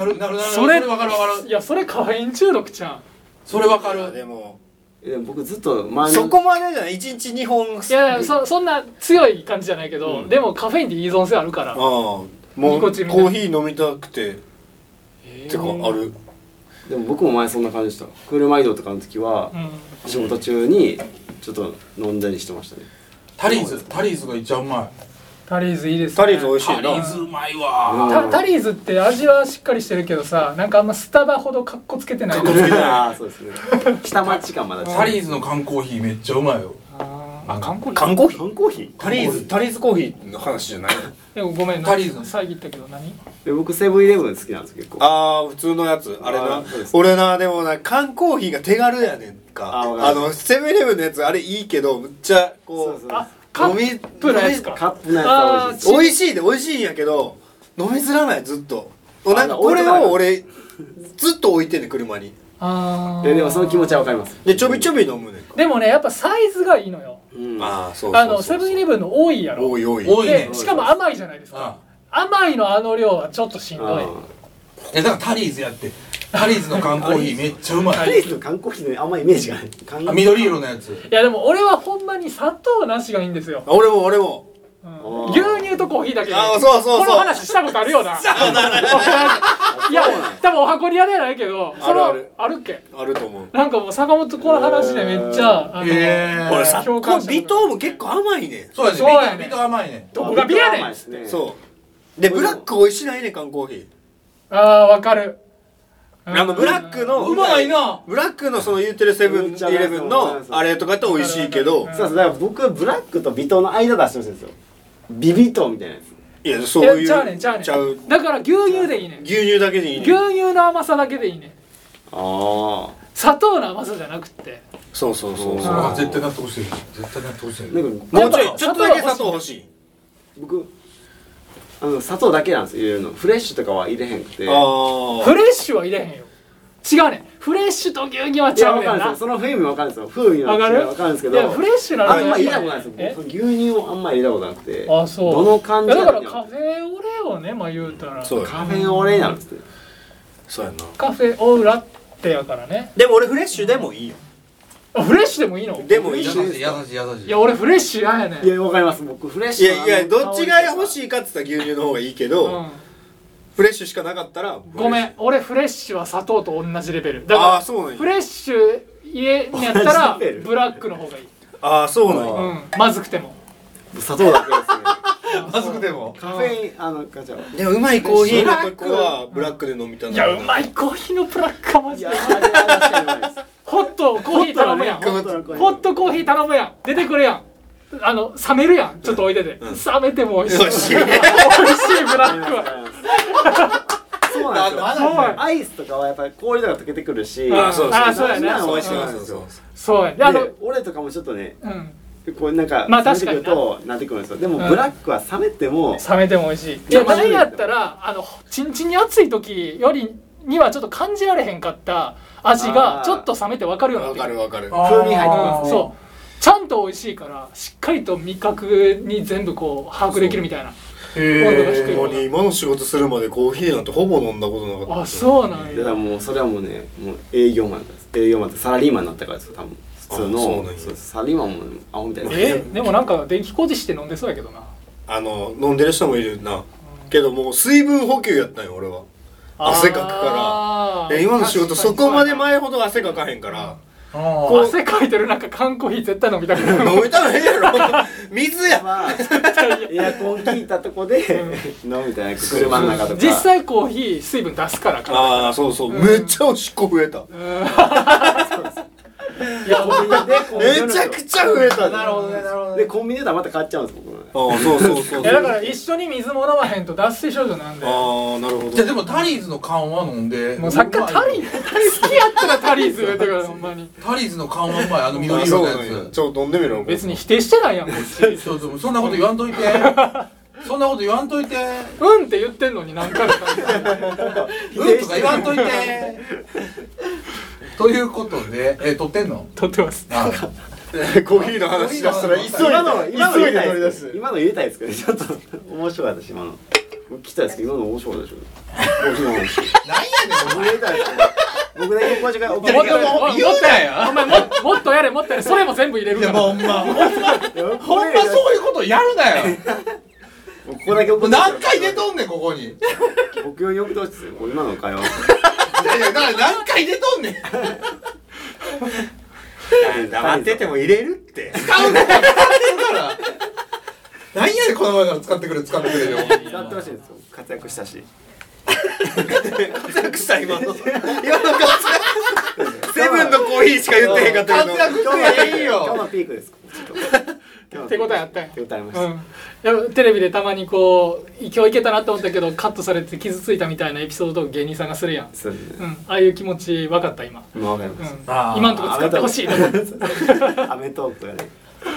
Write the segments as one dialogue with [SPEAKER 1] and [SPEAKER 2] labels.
[SPEAKER 1] なるなるなる
[SPEAKER 2] それ
[SPEAKER 1] わかるわか
[SPEAKER 2] い
[SPEAKER 1] る
[SPEAKER 2] やそれ可愛いん中毒ちゃん
[SPEAKER 1] それわか
[SPEAKER 3] で
[SPEAKER 1] る
[SPEAKER 3] も
[SPEAKER 4] え僕ずっと前
[SPEAKER 3] そ
[SPEAKER 4] の
[SPEAKER 3] こまでじゃない一日2本
[SPEAKER 2] いやいやそそんな強い感じじゃないけど、
[SPEAKER 3] うん
[SPEAKER 2] でもカフェインって依存性あるから
[SPEAKER 3] ああもう
[SPEAKER 2] ニ
[SPEAKER 3] コ
[SPEAKER 2] コチンみたいな
[SPEAKER 3] ーヒー飲みたくて
[SPEAKER 2] えー
[SPEAKER 3] てかある
[SPEAKER 4] でも僕も前そんな感じでした車移動とかの時は
[SPEAKER 2] うん
[SPEAKER 4] 仕事中にちょっと飲んだりしてましたね
[SPEAKER 1] タリーズタリーズがいっちゃうま
[SPEAKER 2] タリーズいいですね
[SPEAKER 3] タリーズ美味
[SPEAKER 1] い
[SPEAKER 3] しい
[SPEAKER 1] タ
[SPEAKER 3] な
[SPEAKER 1] リーズうまいわ
[SPEAKER 4] うん
[SPEAKER 2] タタリーズって味はしっかりしてるけどさなんかあんまスタバほどかっこつけてない
[SPEAKER 4] ああ そうですね下町感まだ
[SPEAKER 1] タリーズの缶コーヒーめっちゃうまいよ
[SPEAKER 2] あーあ韓国
[SPEAKER 3] 缶コーヒー
[SPEAKER 4] 缶コーヒー
[SPEAKER 3] タリーズタリーズコーヒーの話じゃない
[SPEAKER 2] でもごめん
[SPEAKER 1] タリーズ
[SPEAKER 2] 遮ったけど何
[SPEAKER 4] で僕セブンイレブン好きなんです結構
[SPEAKER 3] ああ普通のやつあれ
[SPEAKER 4] あ
[SPEAKER 3] な
[SPEAKER 4] ーそうです
[SPEAKER 3] 俺なでもな缶コーヒーが手軽やねんか
[SPEAKER 4] あーわ
[SPEAKER 3] あ
[SPEAKER 4] かります
[SPEAKER 3] のセブンイレブンのやつあれいいけどむっちゃ
[SPEAKER 4] そう
[SPEAKER 3] こ
[SPEAKER 4] そうう
[SPEAKER 2] あカ
[SPEAKER 3] 飲み
[SPEAKER 2] ップのやつか
[SPEAKER 4] カップのやつは美味し
[SPEAKER 3] 美味しい
[SPEAKER 4] いです
[SPEAKER 3] で美味しいんやけど飲みづらないずっと
[SPEAKER 4] あ
[SPEAKER 3] なんかこれを俺ずっと置いてんねん車に
[SPEAKER 2] あー
[SPEAKER 4] えでもその気持ちはわかります
[SPEAKER 3] でちょびちょ
[SPEAKER 4] び
[SPEAKER 3] び飲むねんか
[SPEAKER 2] でもねやっぱサイズがいいのよ
[SPEAKER 4] うん
[SPEAKER 3] ああそうそう
[SPEAKER 2] あのセブンイレブンの多いやろ
[SPEAKER 3] おいおい
[SPEAKER 1] 多いね
[SPEAKER 2] でしかも甘いじゃないですか甘いのあの量はちょっとしんどい
[SPEAKER 1] えだからタリーズやってタリーズの缶コーヒーめっちゃうま
[SPEAKER 4] タ
[SPEAKER 1] い
[SPEAKER 4] リーズの缶コーヒーのあんまイメージがない缶
[SPEAKER 1] あ緑色のやつ
[SPEAKER 2] いやでも俺はほんまに砂糖なしがいいんですよ、
[SPEAKER 3] 俺も俺も
[SPEAKER 2] うん
[SPEAKER 4] あ
[SPEAKER 2] 牛
[SPEAKER 4] ー
[SPEAKER 2] 乳とコーヒーだけで
[SPEAKER 3] あーそうそうそう
[SPEAKER 2] この話したことあるよ ないや多分お箱にやれやないけどそれ
[SPEAKER 3] あ
[SPEAKER 2] は
[SPEAKER 3] る
[SPEAKER 2] あるっけ
[SPEAKER 3] あると思う
[SPEAKER 2] なんかもう坂本この話でめっちゃ、あの
[SPEAKER 1] へー
[SPEAKER 3] 俺さこ
[SPEAKER 2] 共感
[SPEAKER 3] れ
[SPEAKER 2] したことある
[SPEAKER 3] 微糖も結構甘いね
[SPEAKER 1] そうやね
[SPEAKER 2] そうや
[SPEAKER 1] ビタ
[SPEAKER 2] ね
[SPEAKER 1] ビタ甘いね
[SPEAKER 2] どこがビアねんあ
[SPEAKER 4] ん
[SPEAKER 3] ん
[SPEAKER 4] そ
[SPEAKER 3] そうでブラック美味しないねん缶コーヒ
[SPEAKER 2] あーわかる
[SPEAKER 3] ーあのブラックの
[SPEAKER 1] うまいな
[SPEAKER 3] ブラックのその言うてるセブンイレブンのあれとかって美味しいけど
[SPEAKER 4] うそうだから僕はブラックと微糖の間出してほしいんですよビビ糖みたいなやつ
[SPEAKER 3] いや
[SPEAKER 2] い
[SPEAKER 3] そ
[SPEAKER 2] うや
[SPEAKER 3] いう
[SPEAKER 2] ちゃうねんちゃうねん
[SPEAKER 3] ちゃう
[SPEAKER 2] だから牛乳でいいねん牛
[SPEAKER 3] 牛乳だけでいいねん
[SPEAKER 2] 乳の甘さだけでいいねん
[SPEAKER 4] あ
[SPEAKER 2] 砂糖の甘さじゃなくって
[SPEAKER 3] そうそうそう
[SPEAKER 1] そ
[SPEAKER 3] そ
[SPEAKER 1] れ
[SPEAKER 3] う
[SPEAKER 1] は絶対納得してる絶対納得して
[SPEAKER 4] な
[SPEAKER 1] る
[SPEAKER 4] んか
[SPEAKER 3] もうちょいちょっとだけ砂糖欲しい
[SPEAKER 4] 僕あの砂糖だけなんですよ入れるのフレッシュとかは入れへんくて
[SPEAKER 3] ああ
[SPEAKER 2] フレッシュは入れへんよ違うねんフレッシュと牛乳は違
[SPEAKER 4] いや
[SPEAKER 2] う
[SPEAKER 4] わ
[SPEAKER 2] ね
[SPEAKER 4] か
[SPEAKER 2] ん
[SPEAKER 4] るんです
[SPEAKER 2] な
[SPEAKER 4] よその風味もわかるんですよ風味の
[SPEAKER 2] わか
[SPEAKER 4] 違い
[SPEAKER 2] る
[SPEAKER 4] わかるんですけ
[SPEAKER 2] いや
[SPEAKER 4] ど
[SPEAKER 2] フレッシュなの
[SPEAKER 4] あんま入れたことない
[SPEAKER 2] え
[SPEAKER 4] です僕牛乳をあんま入れたことなくて
[SPEAKER 2] あそう
[SPEAKER 4] どの感じ
[SPEAKER 2] いやだからカ
[SPEAKER 4] カ
[SPEAKER 2] フェオレをねまあ言うたら
[SPEAKER 3] そうや
[SPEAKER 4] カフェオレになるんですね
[SPEAKER 3] そうやな
[SPEAKER 2] カフェオーラってやからね
[SPEAKER 3] でも俺フレッシュでもいいよ
[SPEAKER 2] あフレッシュでもいいの
[SPEAKER 3] でもい
[SPEAKER 1] 優
[SPEAKER 3] い
[SPEAKER 1] し
[SPEAKER 3] よ
[SPEAKER 1] い優しい優しい
[SPEAKER 2] いや俺フレッシュ嫌やねん
[SPEAKER 4] いやわかります僕フレッ
[SPEAKER 3] い
[SPEAKER 4] シュ
[SPEAKER 3] やいやどっちが欲しいかって言ったら牛乳の方がいいけど、
[SPEAKER 2] うん
[SPEAKER 3] フレッシュしかなかったら
[SPEAKER 2] ごめ
[SPEAKER 3] フレッ
[SPEAKER 2] ん
[SPEAKER 3] シ
[SPEAKER 2] 俺フレッシュは砂糖と同じレベルだ
[SPEAKER 3] ュああ
[SPEAKER 2] か
[SPEAKER 3] そうな
[SPEAKER 2] ら
[SPEAKER 3] ん
[SPEAKER 2] フ
[SPEAKER 3] や
[SPEAKER 2] レッシュ入れんやったら
[SPEAKER 4] 同じレベル
[SPEAKER 2] ブラックの方がいい、
[SPEAKER 3] ああそうなん
[SPEAKER 2] う
[SPEAKER 3] や
[SPEAKER 2] ん、まずくても
[SPEAKER 4] 砂糖だけですね
[SPEAKER 1] まずくても
[SPEAKER 4] カフェインあのガチャ
[SPEAKER 3] でもうまいコーヒーのとこはブラックで飲みた
[SPEAKER 2] いやう
[SPEAKER 3] い
[SPEAKER 2] まいコーヒーのブラックはマ
[SPEAKER 4] い
[SPEAKER 2] ジで
[SPEAKER 4] やあれは確か
[SPEAKER 2] ホットコーヒー頼むやん
[SPEAKER 4] にうまいですホットの
[SPEAKER 2] ホットコーヒー頼むやん出てくるやんあの冷めるやんちょっと置いてて、冷めても美味しい
[SPEAKER 3] 美味しい
[SPEAKER 2] 美味しいブラックは
[SPEAKER 4] そうなんですよ
[SPEAKER 1] まだ
[SPEAKER 2] そう
[SPEAKER 4] アイスとかはやっぱり氷とか溶けてくるし
[SPEAKER 2] あ
[SPEAKER 3] そう
[SPEAKER 2] あそうやね
[SPEAKER 4] なんか美味しく
[SPEAKER 3] そ
[SPEAKER 4] なるん
[SPEAKER 3] う
[SPEAKER 4] です
[SPEAKER 3] そう
[SPEAKER 4] よ
[SPEAKER 2] そうやで
[SPEAKER 4] で
[SPEAKER 2] あの
[SPEAKER 4] 俺とかもちょっとね
[SPEAKER 2] うん
[SPEAKER 4] こうなんか
[SPEAKER 2] まあ
[SPEAKER 4] 冷めてくるとなってくるんですよでも
[SPEAKER 2] うん
[SPEAKER 4] ブラックは冷めても
[SPEAKER 2] 冷めても美味しいいや何やったらあのちんちんに熱い時よりにはちょっと感じられへんかった味が
[SPEAKER 4] あー
[SPEAKER 2] ちょっと冷めて分かるようになっ
[SPEAKER 3] わ
[SPEAKER 2] て
[SPEAKER 3] かるわかる
[SPEAKER 4] 風味入って
[SPEAKER 1] あ
[SPEAKER 4] ま
[SPEAKER 1] ー
[SPEAKER 4] すね
[SPEAKER 2] そうちゃんと美味しいからしっかりと味覚に全部こう把握できるみたいな温度が低い
[SPEAKER 3] ほんまに今の仕事するまでコーヒーなんてほぼ飲んだことなかった
[SPEAKER 2] あそうなん
[SPEAKER 4] だか
[SPEAKER 2] や
[SPEAKER 4] らもうそれはもうねもう営業マンです営業マンってサラリーマンになったからですよ多分普通
[SPEAKER 3] あそうなん
[SPEAKER 4] の
[SPEAKER 3] や
[SPEAKER 4] そうサラリーマンもアホみたいな
[SPEAKER 2] えでもなんか電気工事して飲んでそうやけどな
[SPEAKER 3] あの飲んでる人もいるなけどもう水分補給やったんよ俺は汗かくか
[SPEAKER 2] から
[SPEAKER 3] で今の仕事そこまで前ほど汗かかへんから
[SPEAKER 1] あ
[SPEAKER 2] こう汗かいてるなんか缶コーヒー絶対飲みたくなる
[SPEAKER 3] 飲みたらええやろ水や
[SPEAKER 4] まあエアコン効いたとこで飲むみたいな車の中とか
[SPEAKER 2] 実際コーヒー水分出すからか
[SPEAKER 3] ああそうそう、めっちゃおしっこ増えた
[SPEAKER 2] いや僕ねこう
[SPEAKER 3] めちゃくちゃ増えた
[SPEAKER 1] あなるほどねなるほどね
[SPEAKER 4] でコンビニでまた買っちゃうんです僕ね
[SPEAKER 3] ああそうそうそう
[SPEAKER 2] いやだから一緒に水も飲まへんと脱水症状なんでも
[SPEAKER 3] ああなるほど
[SPEAKER 1] じゃあでもタリーズの缶は飲んで
[SPEAKER 2] うさっきからタリーズ好きやったらタリーズ言うてくださいほん まに
[SPEAKER 1] タリーズの缶はうまいあの
[SPEAKER 3] あ
[SPEAKER 1] 緑色
[SPEAKER 3] そう
[SPEAKER 1] の
[SPEAKER 3] なんや
[SPEAKER 1] や
[SPEAKER 3] ちょっと飲んでみろ
[SPEAKER 2] 別に否定してないやんこっち
[SPEAKER 1] つそうそうそんなこと言わんとい てそんなこと言わんといて
[SPEAKER 2] うんって言ってんのに何回も食べてる
[SPEAKER 1] うんとか言わん といてということでえ撮ってんの
[SPEAKER 2] 撮ってます
[SPEAKER 1] あ
[SPEAKER 3] コーヒーの 話出したら急いで
[SPEAKER 4] 今の
[SPEAKER 3] 急いで取り
[SPEAKER 4] 今の入れたい
[SPEAKER 3] 出
[SPEAKER 4] ですす今の入れたいですけどちょっと面白かったし今の聞きたいですけど今の面白かったでしょ今の
[SPEAKER 1] 何
[SPEAKER 4] 話僕が言いたいですけど僕だけ横間がお
[SPEAKER 2] もっと
[SPEAKER 1] いやいや
[SPEAKER 2] もっと
[SPEAKER 1] 言うたやん
[SPEAKER 2] お前もっともっとやれもっとやれそれも全部入れる
[SPEAKER 1] やねんい
[SPEAKER 2] か
[SPEAKER 1] やもうほんまほ
[SPEAKER 2] ら
[SPEAKER 1] んまほんま
[SPEAKER 4] こ
[SPEAKER 1] そういうことやるなよ
[SPEAKER 4] こだけ
[SPEAKER 1] も
[SPEAKER 4] 怒
[SPEAKER 1] う
[SPEAKER 4] ってほしい
[SPEAKER 1] 何回出とんねんここにい
[SPEAKER 4] 僕用に送ってほしいですもう今の会話
[SPEAKER 1] やいやだから何回出とんねん
[SPEAKER 3] 黙ってても入れるって
[SPEAKER 1] 使うから使ってるから何やねんこの前から使ってくれ使ってくれよ
[SPEAKER 4] 使ってほしいんですよ活躍したし
[SPEAKER 3] 活躍した今の今の活躍 セブンのコーヒーしか言ってへんかったけど
[SPEAKER 1] 活躍していい
[SPEAKER 4] 今日
[SPEAKER 1] よ
[SPEAKER 4] のピークですちょっと
[SPEAKER 2] 手応えあったんや
[SPEAKER 4] 手応えありまし
[SPEAKER 2] う
[SPEAKER 4] た、
[SPEAKER 2] んやっぱテレビでたまにこう今日いけたなと思ったけどカットされて傷ついたみたいなエピソードを芸人さんがするやん、
[SPEAKER 4] そうで
[SPEAKER 2] うん、
[SPEAKER 4] すね
[SPEAKER 2] ああいう気持ち分かった今、
[SPEAKER 4] まあわかり
[SPEAKER 2] う
[SPEAKER 4] ま
[SPEAKER 2] ん
[SPEAKER 4] す、、
[SPEAKER 1] あー
[SPEAKER 2] 今んとこ使ってほしいと思って
[SPEAKER 4] アメトークがね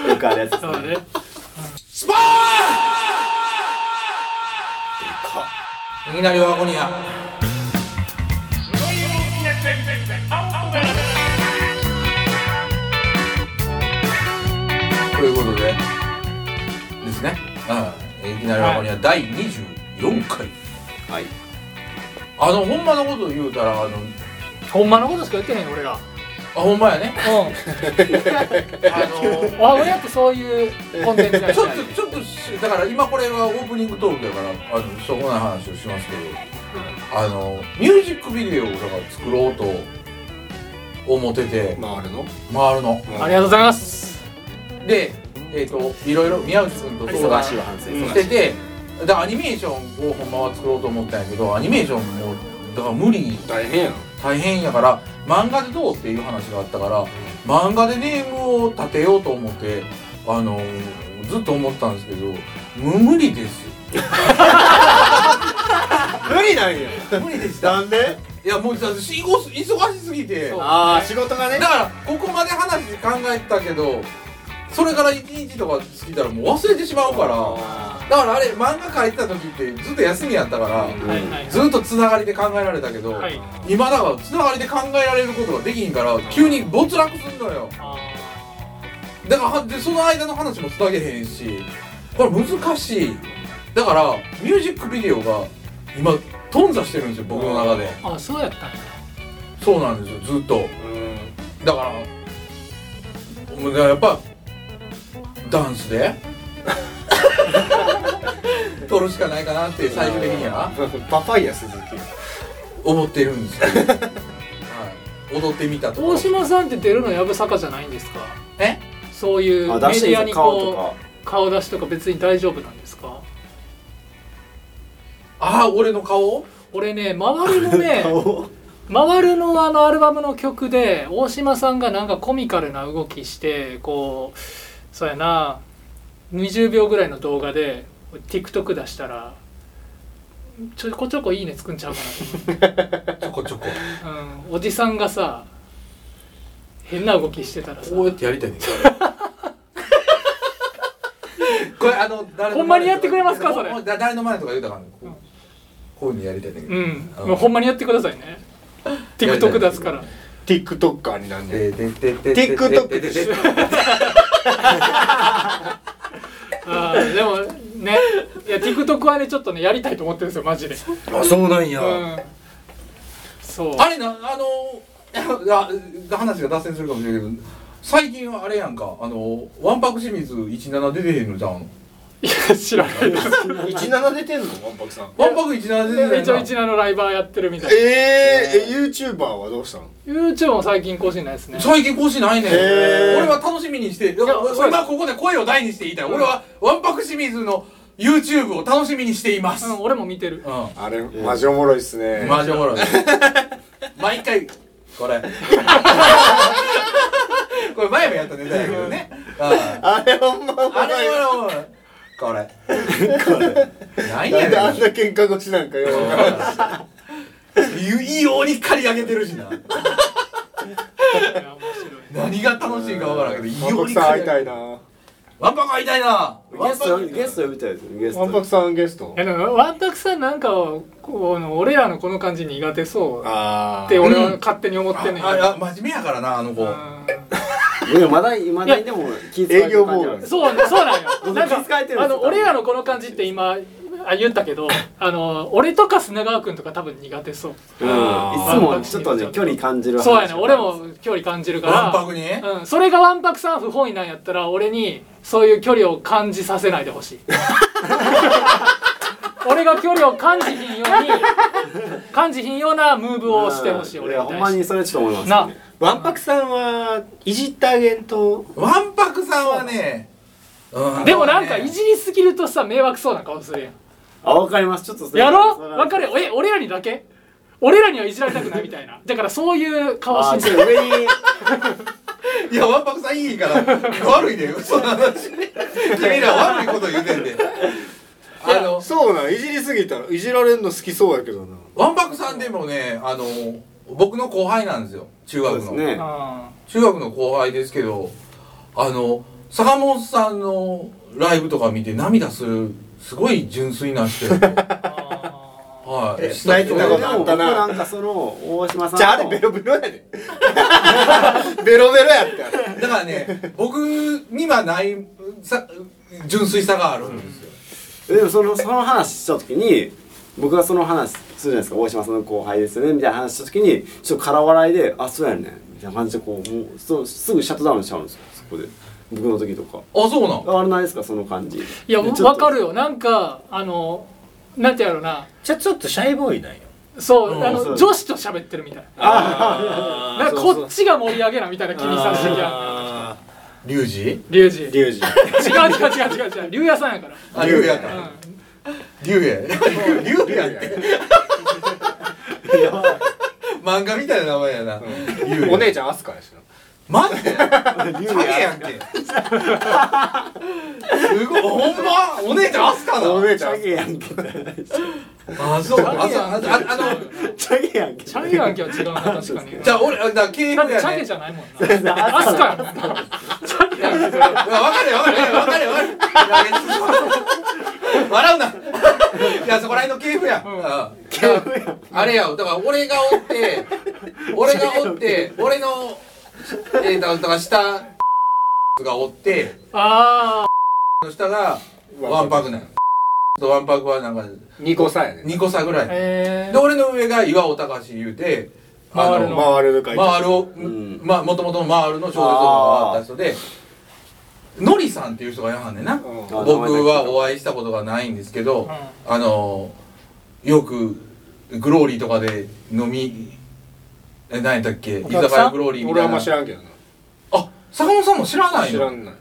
[SPEAKER 4] よくあるやつです
[SPEAKER 2] そうだ
[SPEAKER 4] ね
[SPEAKER 2] ね
[SPEAKER 1] スパーン右なりはゴニアということでですねうん右なりはゴニア第24回
[SPEAKER 4] はい
[SPEAKER 1] あのほんまのこと言うたらあの
[SPEAKER 2] ほんまのことしか言ってへんよ俺ら
[SPEAKER 1] あほんまやね
[SPEAKER 2] う
[SPEAKER 1] あの
[SPEAKER 2] んあ俺やっぱそういうコンテンツや
[SPEAKER 1] ちょっ
[SPEAKER 2] し
[SPEAKER 1] とちょっとしだから今これはオープニングトークだからあのそこの話をしますけど、あのミュージックビデオをだから作ろうと思ってて
[SPEAKER 3] 回るの
[SPEAKER 1] 回るの
[SPEAKER 2] ありがとうございます
[SPEAKER 1] でえっ、といろいろ宮内君と相談
[SPEAKER 4] 忙しい
[SPEAKER 1] し
[SPEAKER 4] わ反省忙しい
[SPEAKER 1] ててだからアニメーションをほんまは作ろうと思ったんやけどアニメーションもだから無理
[SPEAKER 3] 大変やん
[SPEAKER 1] 大変やから漫画でどうっていう話があったから漫画でネームを立てようと思ってあのずっと思ったんですけど無無理です
[SPEAKER 3] 無理なんや
[SPEAKER 1] 無理でし
[SPEAKER 3] なんで
[SPEAKER 1] いやもう忙し忙しすぎて
[SPEAKER 2] そ
[SPEAKER 1] だ
[SPEAKER 2] う
[SPEAKER 1] か
[SPEAKER 3] ああ仕事がね
[SPEAKER 1] らここまで話考えてたけどそれから1日とか過ぎたらもう忘れてしまうからだからあれ漫画描いてた時ってずっと休みやったから、
[SPEAKER 3] うん
[SPEAKER 2] はいはい
[SPEAKER 1] ずっとつながりで考えられたけど、
[SPEAKER 2] はい
[SPEAKER 1] 今だからつながりで考えられることができひんから急に没落すんのよ
[SPEAKER 2] あ
[SPEAKER 1] だからはでその間の話もつなげへんしこれ難しいだからミュージックビデオが今頓挫してるんですよ僕の中で
[SPEAKER 2] ーあそうやったんや
[SPEAKER 1] そうなんですよずっと
[SPEAKER 3] うん
[SPEAKER 1] だからもうだからやっぱダンスで撮るしかないかなって最終的には
[SPEAKER 3] パパイヤ鈴木
[SPEAKER 1] 思ってるんですよ、はい、踊ってみたと
[SPEAKER 2] 大
[SPEAKER 1] か
[SPEAKER 2] 島さんって出るのやぶさかじゃないんですか
[SPEAKER 1] え
[SPEAKER 2] そういうメ
[SPEAKER 4] あ
[SPEAKER 2] デ
[SPEAKER 4] 出していい
[SPEAKER 2] ィ
[SPEAKER 4] で
[SPEAKER 2] アに
[SPEAKER 4] すよ顔と
[SPEAKER 2] こ
[SPEAKER 4] か
[SPEAKER 2] う顔出しとか別に大丈夫なんですか
[SPEAKER 1] ああ俺の顔
[SPEAKER 2] 俺ね周りの ね回るのあのアルバムの曲で大島さんがなんかコミカルな動きしてこうそうやな20秒ぐらいの動画で TikTok 出したらちょこちょこいいね作んちゃうか
[SPEAKER 1] ちょこちょこ
[SPEAKER 2] な、うん、おじさんがさ変な動きしてたらさ
[SPEAKER 1] こうやってやりたいねんこれあの誰の前とか
[SPEAKER 2] ほんまにやってくれますかそれ
[SPEAKER 1] ほんだ誰の前とか言うたからねこうこういうふうにやりたいねんだけど
[SPEAKER 2] うんもうほんまにやってくださいね TikTok 出すから。
[SPEAKER 3] TikToker になんねん
[SPEAKER 1] でででで
[SPEAKER 3] TikTok
[SPEAKER 1] でででで
[SPEAKER 2] あーでもねいや TikTok はねちょっとねやりたいと思ってるんですよマジで、う
[SPEAKER 3] あそうなんや
[SPEAKER 2] ん、そう
[SPEAKER 1] あれなあのいやあ話が脱線するかもしれないけど最近はあれやんかあのワンパク清水17出てへんのじゃん
[SPEAKER 2] いや知らないです
[SPEAKER 3] 17出てんのワンパクさん
[SPEAKER 1] ワンパク17出てへんの
[SPEAKER 2] 一応一ナのライバーやってるみたい
[SPEAKER 3] えー、え YouTuber はどうしたの
[SPEAKER 2] YouTube も最近更新ないですね
[SPEAKER 1] 最近更新ないねん
[SPEAKER 3] へー
[SPEAKER 1] 俺は楽しみにして
[SPEAKER 2] やそうです
[SPEAKER 1] 俺はここで声を大にして言いたい俺はワンパク清水の YouTube を楽しみにしています
[SPEAKER 2] うん俺も見てる
[SPEAKER 1] う
[SPEAKER 3] あれマジおもろいっすね
[SPEAKER 1] んマジおもろい 毎回これ これ前もやったネタやけどねあ
[SPEAKER 3] あれ ほんまおも
[SPEAKER 1] あれ
[SPEAKER 3] ろい
[SPEAKER 1] はもうこれ何
[SPEAKER 3] な
[SPEAKER 1] や
[SPEAKER 3] んであ
[SPEAKER 1] ね
[SPEAKER 3] ん
[SPEAKER 1] ん
[SPEAKER 3] な喧嘩腰なんかよ
[SPEAKER 1] 異様に刈り上げてるしない
[SPEAKER 2] や面
[SPEAKER 1] 何が楽しいか分からんけど異
[SPEAKER 3] ワ
[SPEAKER 1] 様
[SPEAKER 3] ンパク
[SPEAKER 1] に
[SPEAKER 3] さん
[SPEAKER 1] 刈り
[SPEAKER 3] 会
[SPEAKER 1] 上
[SPEAKER 3] いた
[SPEAKER 1] げ
[SPEAKER 3] いなワ
[SPEAKER 1] ワンパク会いたいな
[SPEAKER 4] ゲストゲスト呼びたいですよゲス
[SPEAKER 3] ンパ
[SPEAKER 4] ト
[SPEAKER 3] クさんゲスト
[SPEAKER 2] 白いいやでもワンタクさんなんかをこの俺らのこの感じ苦手そうっ
[SPEAKER 3] あ
[SPEAKER 2] て
[SPEAKER 3] ー
[SPEAKER 2] 俺は勝手に思ってんねんけど
[SPEAKER 1] ああ真面目やからなあの子
[SPEAKER 4] いやまだいまだにでも気遣いてる感じある
[SPEAKER 2] う
[SPEAKER 4] んで
[SPEAKER 2] ん
[SPEAKER 4] す
[SPEAKER 2] そうそうなんよ
[SPEAKER 4] 僕
[SPEAKER 2] なんか
[SPEAKER 4] 気遣えてるんですよ
[SPEAKER 2] あの俺らのこの感じって今あ言ったけ どあの俺とか砂川君とか多分苦手そう
[SPEAKER 4] うん、いつもちょっとね距離感じる話
[SPEAKER 2] そうやね俺も距離感じるから
[SPEAKER 1] わんぱくに
[SPEAKER 2] うん、それがわんぱくさん不本意なんやったら俺にそういう距離を感じさせないでほしい 俺が距離を感じひんように感じひんようなムーブをしてほしい
[SPEAKER 4] うん
[SPEAKER 2] 俺
[SPEAKER 4] いや
[SPEAKER 2] に
[SPEAKER 4] ほんま
[SPEAKER 2] 対
[SPEAKER 4] に
[SPEAKER 2] して
[SPEAKER 4] それちょっと思います
[SPEAKER 2] な
[SPEAKER 4] ね
[SPEAKER 3] わんぱくさんはいじってあげんと
[SPEAKER 1] わんぱくさんはねう
[SPEAKER 2] でもなんかいじりすぎるとさ迷惑そうな顔するやん
[SPEAKER 4] あわかりますちょっとそれ
[SPEAKER 2] やろ
[SPEAKER 4] それ
[SPEAKER 2] わかるえ俺らにだけ俺らにはいじられたくないみたいなだからそういう顔
[SPEAKER 4] あ
[SPEAKER 2] し
[SPEAKER 4] ー
[SPEAKER 2] て
[SPEAKER 4] ち
[SPEAKER 2] る
[SPEAKER 4] ょっと上に
[SPEAKER 1] いやわんぱくさんいいから悪いで嘘の話君ら悪いこと言うてんであの
[SPEAKER 3] そうなんいじりすぎたらいじられんの好きそうやけどな
[SPEAKER 1] わんぱくさんでもねあの僕の後輩なんですよ中学
[SPEAKER 4] そ
[SPEAKER 1] の、
[SPEAKER 4] うですね
[SPEAKER 2] う
[SPEAKER 1] 中学の後輩ですけどあの坂本さんのライブとか見て涙するすごい純粋な 人 はい
[SPEAKER 3] え泣いて
[SPEAKER 4] で
[SPEAKER 3] た
[SPEAKER 4] も
[SPEAKER 3] こ
[SPEAKER 4] 僕
[SPEAKER 3] とあったな
[SPEAKER 4] なんかその大島さ ん
[SPEAKER 3] じゃああれベロベロや でベロベロやったら
[SPEAKER 1] だからね僕にはないさ純粋さがあるんですよ、
[SPEAKER 4] でもそのその話した時に僕がその話するじゃないですか大島さんの後輩ですよねみたいな話した時にちょっと空笑いで「あそうやね」みたいな感じでこうもうそうすぐシャットダウンしちゃうんですよそこで僕の時とか
[SPEAKER 1] あそうなん
[SPEAKER 4] あれないですかその感じい
[SPEAKER 2] いやわかるよなんかあのなんてやろうな
[SPEAKER 5] じゃあちょっとシャイボーイなんよ
[SPEAKER 2] そう、
[SPEAKER 1] うん
[SPEAKER 2] あ
[SPEAKER 4] そ
[SPEAKER 2] の
[SPEAKER 4] う
[SPEAKER 2] 女子と喋ってるみたいな
[SPEAKER 5] あ
[SPEAKER 2] なんかこっちが盛り上げなみたいな気にさせてきや
[SPEAKER 1] リュウジ
[SPEAKER 2] リュウジ違う
[SPEAKER 3] リュウジ
[SPEAKER 2] 違う違う違う違うリュウヤさんやから
[SPEAKER 1] あリュウやから
[SPEAKER 2] う
[SPEAKER 1] リュウやリュウやって 漫画みたいな名前やな、リュウヤ
[SPEAKER 3] お姉ちゃんアスカやしな
[SPEAKER 1] マジで影やんけすごいほんまお姉ちゃんアスカだ
[SPEAKER 3] お姉ちゃんアスカ
[SPEAKER 4] ゲやんけ
[SPEAKER 1] あそうあそうあああの
[SPEAKER 4] チャゲやんけ
[SPEAKER 2] チャゲアンキは違うな確かに
[SPEAKER 1] じゃあ俺あだから経営
[SPEAKER 2] だっ
[SPEAKER 1] だ
[SPEAKER 2] てチャ
[SPEAKER 1] よ
[SPEAKER 2] ゲ
[SPEAKER 1] ね
[SPEAKER 2] じゃないもんな アスカやもんなチャゲやん
[SPEAKER 1] 分かるよ
[SPEAKER 2] けそれ
[SPEAKER 1] 分かるよ分かるよ分かるよ笑うないやそこら辺の系譜や、うん、あれやだから俺がおって俺がおって俺のえー、だから下がおって
[SPEAKER 2] あ
[SPEAKER 1] の下がワンパクなんとワンパクはなんか
[SPEAKER 3] ニコさんやね
[SPEAKER 1] 2個差ぐらい
[SPEAKER 2] ーえ
[SPEAKER 1] で
[SPEAKER 2] ー
[SPEAKER 1] 俺の上が岩尾隆言うてあ
[SPEAKER 2] 回る
[SPEAKER 1] の
[SPEAKER 2] の
[SPEAKER 3] 回るか
[SPEAKER 1] マールを、
[SPEAKER 4] ん
[SPEAKER 1] まあもともとマールの小説をあった人でノリさんっていう人がいはんねんな
[SPEAKER 3] うん
[SPEAKER 4] あ
[SPEAKER 1] 僕はお会いしたことがないんですけど、あのよくグローリーとかで飲みえ何やったっけ居
[SPEAKER 2] お
[SPEAKER 1] 酒
[SPEAKER 2] 客さ
[SPEAKER 1] 屋
[SPEAKER 2] ん
[SPEAKER 1] グローリーみ
[SPEAKER 3] 俺
[SPEAKER 1] た
[SPEAKER 3] はあ
[SPEAKER 1] い
[SPEAKER 3] ん
[SPEAKER 1] な
[SPEAKER 3] ま知らんけどな
[SPEAKER 1] あ坂本さんも知らない
[SPEAKER 3] 知ら
[SPEAKER 1] の
[SPEAKER 3] んない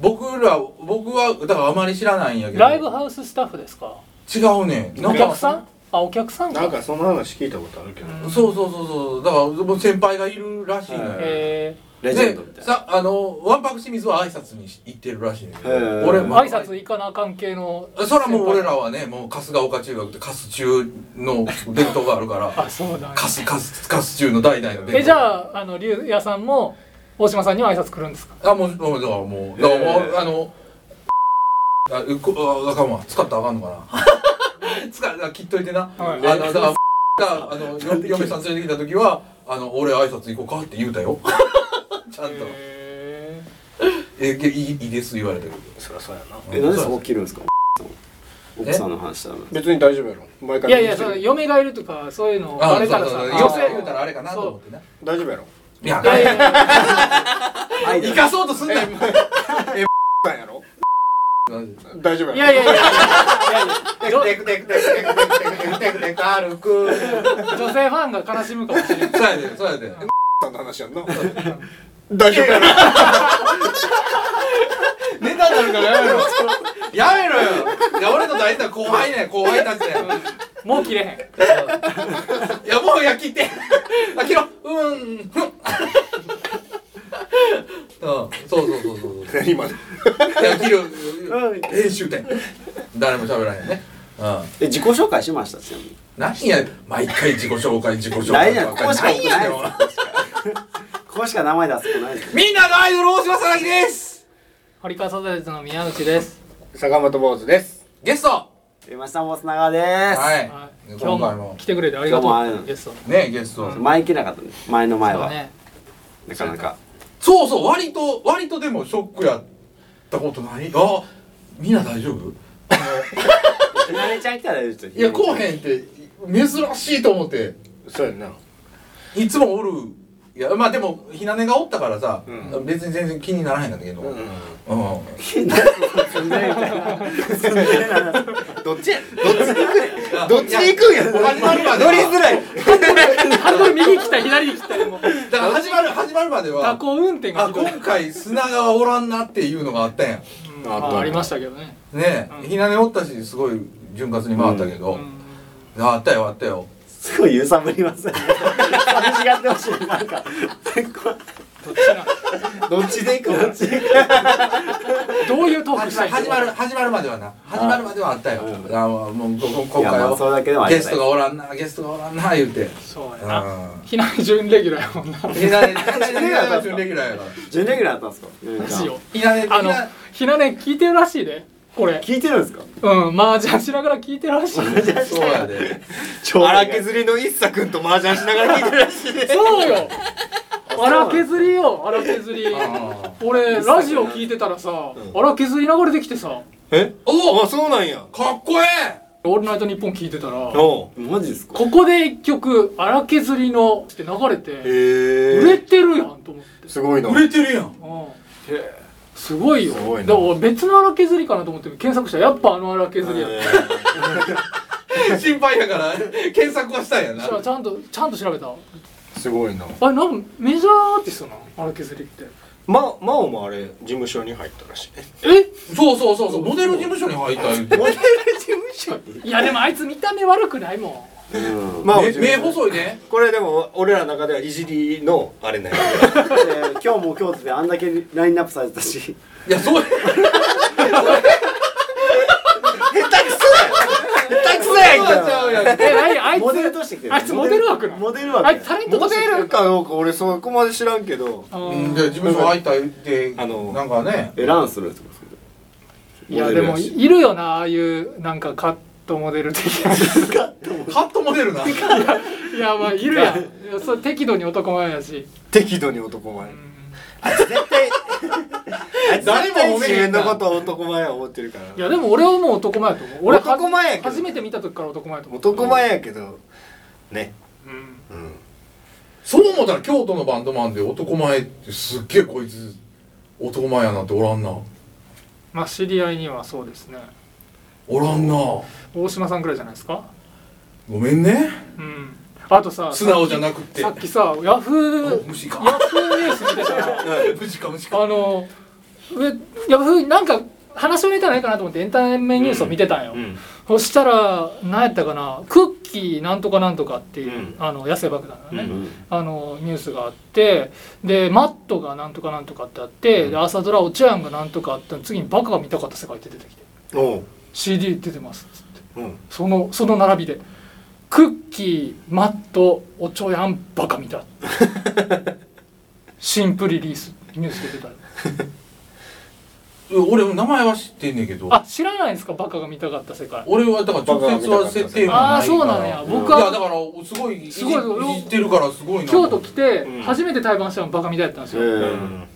[SPEAKER 1] 僕ら僕はだからあまり知らないんやけど
[SPEAKER 2] ライブハウススタッフですか
[SPEAKER 1] 違うねな
[SPEAKER 2] お
[SPEAKER 1] ん
[SPEAKER 2] 客
[SPEAKER 1] か
[SPEAKER 2] さんあお客さん
[SPEAKER 3] なんかそんな話聞いたことあるけど
[SPEAKER 2] うん
[SPEAKER 1] そうそうそうそうだからもう先輩がいるらしいのよ、
[SPEAKER 4] はい
[SPEAKER 2] え
[SPEAKER 4] レジェンドみた
[SPEAKER 1] で
[SPEAKER 4] いな
[SPEAKER 1] さあのワンパク清水は挨拶にし行ってるらしいね
[SPEAKER 4] へー
[SPEAKER 1] 俺
[SPEAKER 2] ー
[SPEAKER 1] も
[SPEAKER 2] 挨拶行かな関係の
[SPEAKER 1] そらもう俺らはねもう春日丘中学って春中の伝統があるから
[SPEAKER 2] あそうだね
[SPEAKER 1] 春春春中の代々の伝統
[SPEAKER 2] えじゃああの龍也さんも大島さんには挨拶来るんですか
[SPEAKER 1] あもうもうだからもうだからもう、
[SPEAKER 4] えー
[SPEAKER 1] あのあうこあかんわ使ったらあかんのかな 使っ切っといてな、
[SPEAKER 2] はい
[SPEAKER 1] あのだからがあのよ嫁さん連れてきた時はあの俺挨拶行こうかって言うたよちゃんと
[SPEAKER 2] へ
[SPEAKER 1] えけいいいいです言われたけど
[SPEAKER 3] そりゃそうやな
[SPEAKER 4] えなんでそこ切るんですか奥さんの話したら
[SPEAKER 3] 別に大丈夫やろ毎
[SPEAKER 2] ー
[SPEAKER 3] 回
[SPEAKER 2] いやいやその嫁がいるとかそういうの
[SPEAKER 1] あ
[SPEAKER 2] あれからさ
[SPEAKER 1] そうそう
[SPEAKER 2] 寄
[SPEAKER 1] そう寄
[SPEAKER 2] せ
[SPEAKER 1] せ言うたらあれかなと思ってね
[SPEAKER 3] 大丈夫やろ
[SPEAKER 1] いや
[SPEAKER 2] いやいやいや
[SPEAKER 1] 生かそうとすんなよ
[SPEAKER 3] さんやろ大丈夫
[SPEAKER 2] いや
[SPEAKER 3] や
[SPEAKER 2] いやいやいや
[SPEAKER 1] テクテクテクテクテクテクテクテク歩く
[SPEAKER 2] 女女性ファンが悲しむかもしれない
[SPEAKER 1] そうやでそうやで
[SPEAKER 3] ろさんの話やんな大丈夫やろ
[SPEAKER 1] ネタになるからやめろやめろよいや俺の大事な後輩ね後輩たちね
[SPEAKER 2] もう切れへん
[SPEAKER 1] いやもう焼きってあ切ろううんうんそうそうそうそうそう
[SPEAKER 3] 何今の
[SPEAKER 1] いや切る編集点誰も喋らへんねうん
[SPEAKER 4] え自己紹介しましたちなみに
[SPEAKER 1] 何や毎回自己紹介自己紹
[SPEAKER 4] ない
[SPEAKER 1] 介
[SPEAKER 4] やんここしか
[SPEAKER 1] 何やねん
[SPEAKER 4] ないここしか名前出すこないです
[SPEAKER 1] みんなのアイドル大島さなきです
[SPEAKER 2] 堀川サザエズの宮内です
[SPEAKER 3] 坂本坊主です
[SPEAKER 1] ゲスト
[SPEAKER 4] えましたもつながです
[SPEAKER 1] はい
[SPEAKER 2] はい
[SPEAKER 1] 今
[SPEAKER 2] 今日
[SPEAKER 1] 回
[SPEAKER 2] も
[SPEAKER 1] も
[SPEAKER 2] 来てくれてありがと
[SPEAKER 4] 今日も会え
[SPEAKER 2] う
[SPEAKER 4] る
[SPEAKER 2] ゲスト
[SPEAKER 1] ねゲスト
[SPEAKER 4] 前行けなかったね前の前
[SPEAKER 2] そう
[SPEAKER 4] は
[SPEAKER 2] ね
[SPEAKER 4] なかなか
[SPEAKER 1] そうそう割と割とでもショックやったことないあみんな大丈夫
[SPEAKER 4] 慣れちゃいたらちょっと
[SPEAKER 1] いやこうへんって珍しいと思って
[SPEAKER 3] そうやんない
[SPEAKER 1] つもおるいやまあでもひなねがおったからさ、別に全然気にならへんかったけど、うん
[SPEAKER 3] どっちやどっちに行くどっちに行くんや
[SPEAKER 1] 始まるまで
[SPEAKER 3] 乗りづ
[SPEAKER 1] は
[SPEAKER 3] らい
[SPEAKER 2] ハンドル右来た左来たりもう
[SPEAKER 1] だから始まる始まるまで
[SPEAKER 2] 蛇
[SPEAKER 1] は
[SPEAKER 2] 行運転が
[SPEAKER 1] あ
[SPEAKER 2] ひどい
[SPEAKER 1] 今回砂川おらんなっていうのがあったやん
[SPEAKER 2] うんあありましたけどね
[SPEAKER 1] ねえ、
[SPEAKER 2] うん
[SPEAKER 1] ひなねおったしすごい潤滑に回ったけど、
[SPEAKER 2] うん
[SPEAKER 1] ああったよあったよ
[SPEAKER 4] すごい揺さぶりますね寂しがってほしいなん
[SPEAKER 2] ど
[SPEAKER 4] か
[SPEAKER 2] っちな
[SPEAKER 3] どっちで行くどっち
[SPEAKER 2] どういうトークし
[SPEAKER 1] 始
[SPEAKER 2] た
[SPEAKER 1] ま
[SPEAKER 2] いん
[SPEAKER 1] 始まる始まるまではな始まるまではあったよ、
[SPEAKER 4] う
[SPEAKER 1] あもうもうここ今
[SPEAKER 4] いや
[SPEAKER 1] 回
[SPEAKER 4] まあそれ
[SPEAKER 1] は
[SPEAKER 4] だけでもあり
[SPEAKER 1] ゲ
[SPEAKER 4] が
[SPEAKER 1] ス
[SPEAKER 4] たい
[SPEAKER 1] トがおらんなゲストがおらんな言うて
[SPEAKER 2] そうやな
[SPEAKER 1] う
[SPEAKER 2] 避難準レギュラーやもんなん
[SPEAKER 1] ひなねひなねが準レギュラーやから
[SPEAKER 4] 準レギュラーだったんで
[SPEAKER 2] ラ
[SPEAKER 4] すか
[SPEAKER 2] ジオ
[SPEAKER 1] ひなね
[SPEAKER 2] あのひなね聞いてるらしいでこれ
[SPEAKER 4] 聞いてるんですか
[SPEAKER 2] うん麻雀しながら聞いてるらしいで
[SPEAKER 1] そうやで
[SPEAKER 3] 荒削りの一茶くんと麻雀しながら聞いてるらしいで
[SPEAKER 2] そうよ荒削りよ荒削り
[SPEAKER 1] あ
[SPEAKER 2] 俺ラジオ聞いてたらさ荒削り流れてきてさ
[SPEAKER 3] え
[SPEAKER 1] お
[SPEAKER 3] あそうなんや
[SPEAKER 1] かっこえ
[SPEAKER 2] 「オールナイトニッポン」聞いてたら
[SPEAKER 3] おう
[SPEAKER 4] マジですか
[SPEAKER 2] ここで一曲「荒削りの」って流れて売
[SPEAKER 3] へ
[SPEAKER 2] れ
[SPEAKER 3] え
[SPEAKER 2] てるやんと思って
[SPEAKER 3] すごい
[SPEAKER 1] え
[SPEAKER 3] な
[SPEAKER 1] 売れてるやん
[SPEAKER 2] すごいよ
[SPEAKER 3] すごいな
[SPEAKER 2] でも俺別の荒削りかなと思って検索したらやっぱあの荒削りやった
[SPEAKER 1] 心配やから検索はしたんや
[SPEAKER 2] そ
[SPEAKER 1] な
[SPEAKER 2] したらちゃんとちゃんと調べた
[SPEAKER 3] すごいな
[SPEAKER 2] あれなんかメジャーアーティストな荒削りって
[SPEAKER 3] ま真央もあれ事務所に入ったらしいね
[SPEAKER 2] え
[SPEAKER 1] そうそうそうそうモデル事務所に入った言うて
[SPEAKER 3] モデル事務所に
[SPEAKER 2] いやでもあいつ見た目悪くないも
[SPEAKER 4] うん
[SPEAKER 3] 真央
[SPEAKER 1] 目目
[SPEAKER 3] い
[SPEAKER 1] 細いね
[SPEAKER 3] これでも俺らの中ではいじりのあれなんや
[SPEAKER 4] で今日も今日であんだけラインナップされてたし
[SPEAKER 1] いやそう
[SPEAKER 3] 下手くそ
[SPEAKER 1] そうちゃうやん
[SPEAKER 2] んえ何あいつ
[SPEAKER 4] モデルとして来てる
[SPEAKER 2] あいつモデル枠なの
[SPEAKER 4] モデル
[SPEAKER 2] あ
[SPEAKER 4] 枠
[SPEAKER 2] いつタレント
[SPEAKER 3] モ
[SPEAKER 2] とし
[SPEAKER 3] デ
[SPEAKER 2] て
[SPEAKER 3] ルかどうか俺そこまで知らんけど
[SPEAKER 2] あー
[SPEAKER 1] うんじゃあ事務所入った言って
[SPEAKER 3] あの
[SPEAKER 1] なんかね
[SPEAKER 4] えランするってことですか
[SPEAKER 2] いやでも
[SPEAKER 3] モデルや
[SPEAKER 2] いるよなああいうなんかカットモデル的な
[SPEAKER 1] カットモデ ルない
[SPEAKER 2] やまあいるやんいやそれ適度に男前やし
[SPEAKER 3] 適度に男前あいつ絶 対あいつ
[SPEAKER 1] 誰
[SPEAKER 3] 絶
[SPEAKER 1] も褒めへ
[SPEAKER 3] 対
[SPEAKER 1] んな
[SPEAKER 3] 自分のことを男前や思ってるか
[SPEAKER 2] い
[SPEAKER 3] ら
[SPEAKER 2] やでも俺はもう男前やと思う俺は
[SPEAKER 3] 男前やけど
[SPEAKER 2] 初めて見た時から男前やと思う
[SPEAKER 3] 男前やけどね
[SPEAKER 2] うん
[SPEAKER 3] うん
[SPEAKER 1] そう思ったら京都のバンドマンで男前ってすっげえこいつ男前やなんておらんな
[SPEAKER 2] まあ知り合いにはそうですね
[SPEAKER 1] おらんな
[SPEAKER 2] 大島さんくらいじゃないですか
[SPEAKER 1] ごめんね
[SPEAKER 2] うんあとさ
[SPEAKER 1] 素直じゃなくって
[SPEAKER 2] さっきさヤフー
[SPEAKER 1] 虫
[SPEAKER 2] ヤ
[SPEAKER 1] か
[SPEAKER 2] フーニュース見てたら
[SPEAKER 1] 虫か虫か
[SPEAKER 2] あの上ヤフーなんか話のネタないかなと思ってエンタメニュースを見てたんよ、
[SPEAKER 3] うん
[SPEAKER 2] そしたら何やったかなクッキーなんとかなんとかっていう、
[SPEAKER 3] うん
[SPEAKER 2] あの野生爆弾のね、
[SPEAKER 3] うん
[SPEAKER 2] あのニュースがあってでマットがなんとかなんとかってあって、で朝ドラお茶やんがなんとかあって次にバカが見たかった世界って出てきて
[SPEAKER 3] おう
[SPEAKER 2] CD 出てますっつって
[SPEAKER 3] うん
[SPEAKER 2] そのその並びでクッキーマットおちょやんバカ見た 新プリリースニュース出てたよ
[SPEAKER 1] 俺も名前は知ってんねんけど
[SPEAKER 2] あ知らないんですかバカが見たかった世界
[SPEAKER 1] 俺はだから直接は設定がな
[SPEAKER 2] ああ
[SPEAKER 1] いから
[SPEAKER 2] そうなんや僕
[SPEAKER 1] いやだ
[SPEAKER 2] は
[SPEAKER 1] からすごいいじ
[SPEAKER 2] すごい
[SPEAKER 1] いじってるからすごいな
[SPEAKER 2] 京都来て
[SPEAKER 3] うん
[SPEAKER 2] 初めて対バンしたのバカみたいだったんです
[SPEAKER 4] う
[SPEAKER 2] よ、
[SPEAKER 3] うんん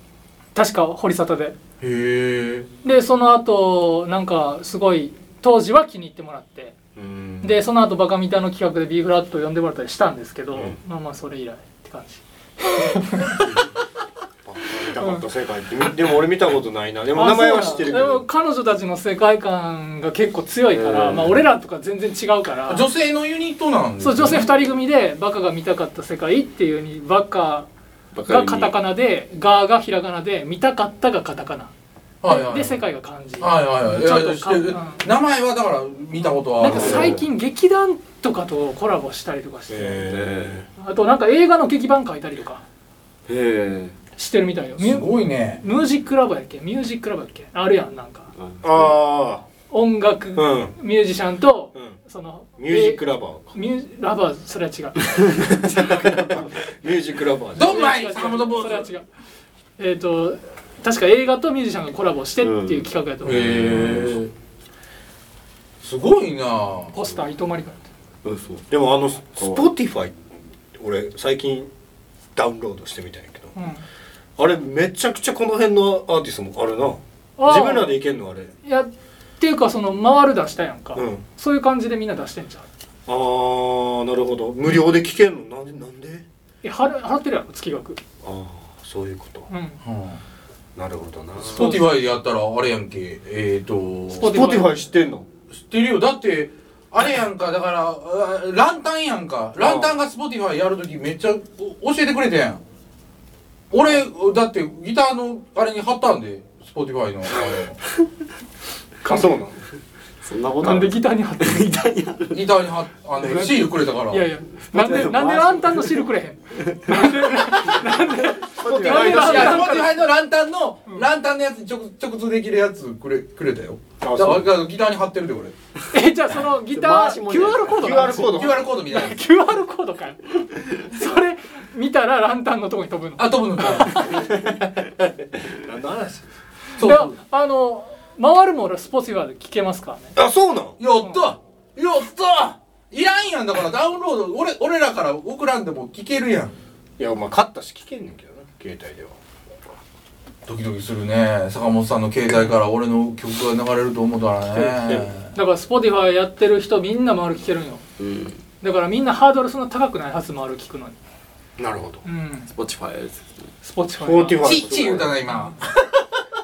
[SPEAKER 2] 確か堀沙汰で
[SPEAKER 1] へえ
[SPEAKER 2] でその後なんかすごい当時は気に入ってもらって
[SPEAKER 3] うん
[SPEAKER 2] でその後バカみたいの企画で B フラット呼んでもらったりしたんですけど、
[SPEAKER 3] うん
[SPEAKER 2] まあまあそれ以来って感じ
[SPEAKER 3] あ見たかった世界ってみでも俺見たことないなでも名前は知ってるけ
[SPEAKER 2] あそうなん
[SPEAKER 3] ど
[SPEAKER 2] でも彼女たちの世界観が結構強いから、
[SPEAKER 4] うん
[SPEAKER 2] まあ俺らとか全然違うから
[SPEAKER 1] 女性のユニットなんです
[SPEAKER 2] そ
[SPEAKER 1] ね
[SPEAKER 2] う女性2人組で「バカが見たかった世界」っていうに「バカ」がカタカナで「ガー」がひらがなで「見たかった」がカタカナ
[SPEAKER 1] はいはいはい
[SPEAKER 2] で世界が漢字
[SPEAKER 1] はいはいはいい
[SPEAKER 2] ちょ
[SPEAKER 1] や
[SPEAKER 2] っと
[SPEAKER 1] 知ってる
[SPEAKER 2] うん
[SPEAKER 1] 名前はだから見たことは
[SPEAKER 2] な
[SPEAKER 1] あ
[SPEAKER 2] ん
[SPEAKER 1] る
[SPEAKER 2] か最近劇団とかとコラボしたりとかして、
[SPEAKER 3] え
[SPEAKER 2] あとなんか映画の劇版書いたりとか
[SPEAKER 4] へえ
[SPEAKER 2] してるみたいよミ
[SPEAKER 1] す
[SPEAKER 2] ュ
[SPEAKER 1] ごいね
[SPEAKER 2] ミュージックラボやっけミュージックラボやっけあるやんなんか
[SPEAKER 3] ーあ
[SPEAKER 2] 音楽、
[SPEAKER 3] あうん
[SPEAKER 2] ミュージシャンと、
[SPEAKER 3] うん
[SPEAKER 2] その
[SPEAKER 3] ミュージックラバー
[SPEAKER 2] えミュージラバーそれは違う
[SPEAKER 3] ミュージックラバーじゃん
[SPEAKER 1] どんまい
[SPEAKER 2] 違う違う
[SPEAKER 1] 坂本坊主
[SPEAKER 2] それは違うえっ、と確か映画とミュージシャンがコラボしてっていう企画やと思う、
[SPEAKER 1] へえすごいな
[SPEAKER 2] ポスター伊藤真理子やって
[SPEAKER 4] うんそう
[SPEAKER 3] でもあのスポティファイ俺最近ダウンロードしてみたんやけど
[SPEAKER 2] うん
[SPEAKER 3] あれめちゃくちゃこの辺のアーティストもあるな
[SPEAKER 2] あー
[SPEAKER 3] 自分らでいけんのあれ
[SPEAKER 2] やっっていうかその回る出したやんか、
[SPEAKER 3] うん
[SPEAKER 2] そういう感じでみんな出してんじゃん
[SPEAKER 3] あーなるほど無料で聞けんのなんでなんで
[SPEAKER 2] え払払ってるやろ月額
[SPEAKER 3] ああそういうこと
[SPEAKER 2] うん
[SPEAKER 3] なるほどな
[SPEAKER 1] スポティファイでやったらあれやんけえっ、ー、と
[SPEAKER 2] Spotify
[SPEAKER 3] 知ってんの
[SPEAKER 1] 知ってるよだってあれやんかだからあランタンやんかランタンがスポティファイやるときめっちゃお教えてくれてんやん俺だってギターのあれに貼ったんでスポティファイのあれ
[SPEAKER 3] あそうなの
[SPEAKER 4] そんなこと
[SPEAKER 2] な
[SPEAKER 4] あ
[SPEAKER 2] んで
[SPEAKER 4] る
[SPEAKER 2] ギターに貼っ てる
[SPEAKER 1] ギターに貼っあのシールくれたから
[SPEAKER 2] いやいやなんでなんでランタンのシールくれへん
[SPEAKER 3] スポティ
[SPEAKER 2] なんで
[SPEAKER 1] いや
[SPEAKER 2] ラ
[SPEAKER 1] ス
[SPEAKER 2] ンタン
[SPEAKER 1] ポティファイのランタンの、ランタンのやつに直直通できるやつくれくれたよだ
[SPEAKER 3] あ
[SPEAKER 1] か
[SPEAKER 3] そ
[SPEAKER 1] ら
[SPEAKER 3] う
[SPEAKER 1] ギターに貼ってるで俺
[SPEAKER 2] えじゃあそのギター
[SPEAKER 4] 回し
[SPEAKER 2] QR
[SPEAKER 4] もんじゃない
[SPEAKER 2] コード
[SPEAKER 3] QR コード
[SPEAKER 1] QR コードみたいな やつ
[SPEAKER 2] QR コードかよそれ見たらランタンのとこに飛ぶの
[SPEAKER 1] あ飛ぶのか
[SPEAKER 5] 何の話
[SPEAKER 1] そう
[SPEAKER 2] だあの回るも俺スポーツィファーで聞けますからね
[SPEAKER 3] あそうなん
[SPEAKER 1] やったやったいらんやんだからダウンロード俺俺らから送らんでも聞けるやん
[SPEAKER 3] いやまあ買ったし聞けんねんけどな携帯では
[SPEAKER 1] ドキドキするね坂本さんの携帯から俺の曲が流れると思ったらね
[SPEAKER 2] だからスポーティファーやってる人みんな回る聞けるんよ
[SPEAKER 4] うん
[SPEAKER 2] だからみんなハードルそんな高くないはず回る聞くのに
[SPEAKER 3] なるほど
[SPEAKER 2] うん
[SPEAKER 4] スポティファイです
[SPEAKER 2] スポーツィファイ
[SPEAKER 3] Spotify
[SPEAKER 2] な
[SPEAKER 1] ちっち言うたな今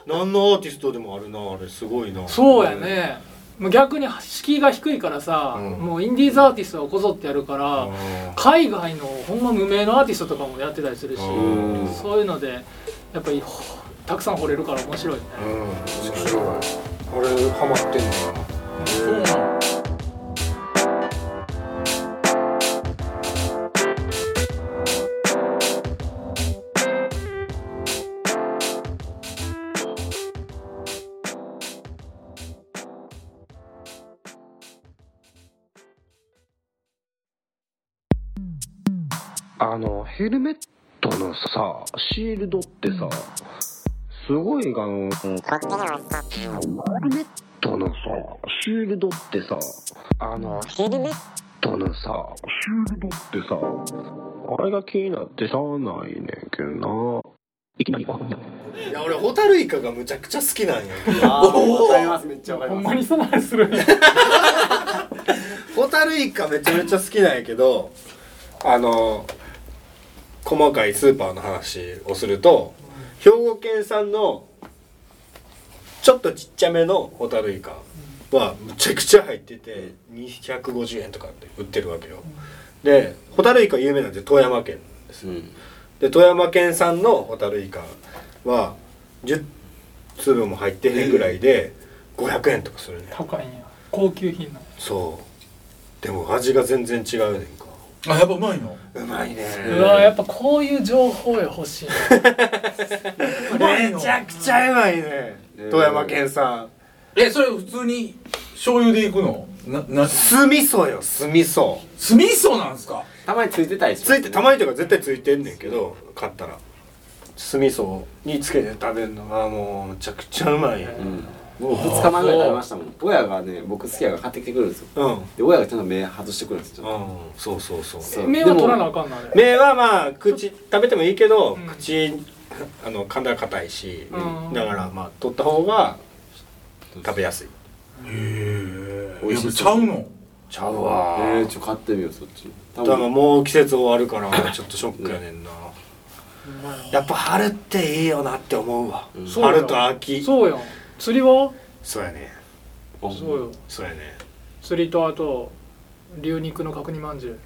[SPEAKER 3] 何のアーティストでもあるなあれすごいな
[SPEAKER 2] そうやねもう逆に敷居が低いからさ、
[SPEAKER 3] うん
[SPEAKER 2] もうインディーズアーティストがこぞってやるから、
[SPEAKER 3] あ
[SPEAKER 2] 海外のほんま無名のアーティストとかもやってたりするし、
[SPEAKER 3] うん
[SPEAKER 2] そういうのでやっぱりほたくさん掘れるから面白いね、
[SPEAKER 3] ーうん面白いあれハマってんの
[SPEAKER 6] あの、ヘルメットのさ、シールドってさ、すごい、あの、ヘルメットのさ、シールドってさ、あの、ヘルメットのさ、シールドってさ、あれが気になってしゃあないねんけどな。いきなり
[SPEAKER 3] なあいや俺ホタルイカがむちゃくちゃ好きなんや
[SPEAKER 4] あ ーわかりますめっちゃわかり
[SPEAKER 2] ほんま
[SPEAKER 4] ま
[SPEAKER 2] すにその話するんや
[SPEAKER 3] ホタルイカめちゃめちゃ好きなんやけどあの細かいスーパーの話をすると兵庫県産のちょっとちっちゃめのホタルイカはむちゃくちゃ入ってて250円とかって売ってるわけよでホタルイカ有名なんで富山県なんですよ
[SPEAKER 4] うん
[SPEAKER 3] で富山県産のホタルイカは10粒も入ってへんぐらいで500円とかするね
[SPEAKER 2] 高いんや高級品なの
[SPEAKER 3] そうでも味が全然違うねんか
[SPEAKER 1] あやっぱうまいの
[SPEAKER 3] うまいね
[SPEAKER 2] うわやっぱこういう情報や欲しい
[SPEAKER 1] めちゃ
[SPEAKER 3] くちゃうまいね富山県産
[SPEAKER 1] えそれ普通に醤油でいくのなな
[SPEAKER 3] 酢味噌よ酢味噌
[SPEAKER 1] 酢味噌なんすか
[SPEAKER 4] たまについてたりしま
[SPEAKER 3] つ
[SPEAKER 4] す
[SPEAKER 3] いてたまにというか絶対ついてんねんけど買ったら酢味噌につけて食べるのがもうむちゃくちゃうまいよ
[SPEAKER 4] うんもう2日前ぐらい食べましたもん親がね僕好きやから買ってきてくるんですよ
[SPEAKER 3] うんうん
[SPEAKER 4] で親がちゃんと目外してくるんですよ
[SPEAKER 3] そうそうそう
[SPEAKER 4] そう
[SPEAKER 2] 目は取らなあかんなあれ
[SPEAKER 3] 目はまあ口食べてもいいけど、
[SPEAKER 2] うん
[SPEAKER 3] 口あの体硬いし、
[SPEAKER 2] うん
[SPEAKER 3] だからまあ取った方が食べやすい
[SPEAKER 1] へ
[SPEAKER 4] 美
[SPEAKER 1] え
[SPEAKER 4] 味
[SPEAKER 1] やっ
[SPEAKER 4] しい
[SPEAKER 1] ぱちゃうの
[SPEAKER 3] ちゃうわ
[SPEAKER 4] でもえー、ちょ買ってみようそっち多
[SPEAKER 3] だから
[SPEAKER 4] 分
[SPEAKER 3] もう季節終わるからちょっとショックやねんな やっぱ春っていいよなって思うわ、
[SPEAKER 4] ん
[SPEAKER 2] そうや
[SPEAKER 3] 春と秋そ
[SPEAKER 2] そ
[SPEAKER 3] う
[SPEAKER 2] うやん釣りは
[SPEAKER 3] やね
[SPEAKER 2] そうよ
[SPEAKER 3] そうやね
[SPEAKER 2] 釣りとあと牛肉の角煮まんじゅう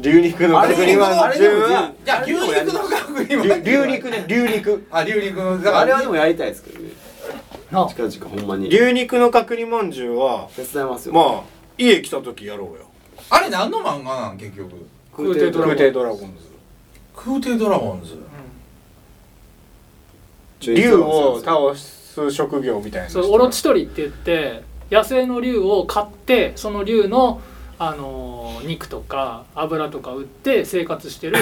[SPEAKER 3] 牛肉の角煮まんじゅうは
[SPEAKER 1] じゃあ牛肉の角煮まんじゅう
[SPEAKER 3] りゅ牛肉ね牛肉
[SPEAKER 1] あ牛肉のだから
[SPEAKER 4] あれはでもやりたいですけどね
[SPEAKER 2] なあ
[SPEAKER 4] 近々ほんまに手
[SPEAKER 3] 牛肉の角煮まんじゅうは
[SPEAKER 4] 伝いますよ
[SPEAKER 3] まあ家来た時やろうよ
[SPEAKER 1] あれ何の漫画なん結局
[SPEAKER 2] 空挺ドラゴン
[SPEAKER 3] 空挺ドラゴンズ
[SPEAKER 1] 空挺ドラゴンズ
[SPEAKER 3] 竜を倒す職業みたいな
[SPEAKER 2] そうオロチ取りって言って野生の竜を買ってその竜の、あのー肉とか油とか売って生活してる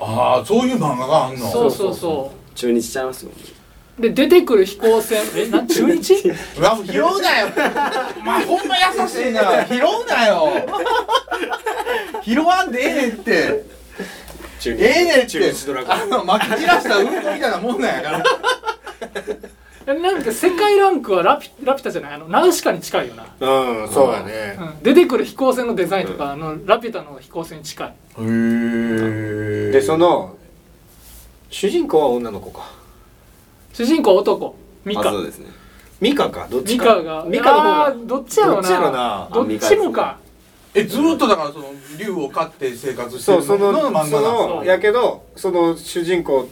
[SPEAKER 1] ああそういう漫画があんの
[SPEAKER 2] そうそうそ
[SPEAKER 4] 中日しちゃいますよ
[SPEAKER 2] うで出てくる飛行船えな中日
[SPEAKER 1] うわ拾うなよまあほんま優しいな拾うなよ拾わんでええねんって
[SPEAKER 3] 中
[SPEAKER 1] ええねんって
[SPEAKER 3] 中日ドラゴン
[SPEAKER 1] あの巻き散らしたうんこみたいなもんなんやから
[SPEAKER 2] なんか世界ランクはラピラピュタじゃないあのナウシカに近いよな、
[SPEAKER 3] うんそうだね
[SPEAKER 2] うん、出てくる飛行船のデザインとか、あのラピュタの飛行船に近い
[SPEAKER 1] へ
[SPEAKER 3] でその主人公は女の子か
[SPEAKER 2] 主人公は男ミ
[SPEAKER 4] あ
[SPEAKER 2] カ
[SPEAKER 4] そうですね
[SPEAKER 3] ミカかどっち
[SPEAKER 2] ミ
[SPEAKER 3] か
[SPEAKER 2] カが
[SPEAKER 3] ミカの
[SPEAKER 2] あ
[SPEAKER 3] 方
[SPEAKER 2] ーどっちやろう
[SPEAKER 3] どっ
[SPEAKER 2] な
[SPEAKER 3] ちやろうな
[SPEAKER 2] どっ
[SPEAKER 4] あミカ
[SPEAKER 2] ちもか
[SPEAKER 1] えずっとだからその竜を飼って生活して
[SPEAKER 3] そ
[SPEAKER 1] る
[SPEAKER 3] うその
[SPEAKER 1] の漫
[SPEAKER 3] そ
[SPEAKER 1] 画なの
[SPEAKER 3] のやけどその主人公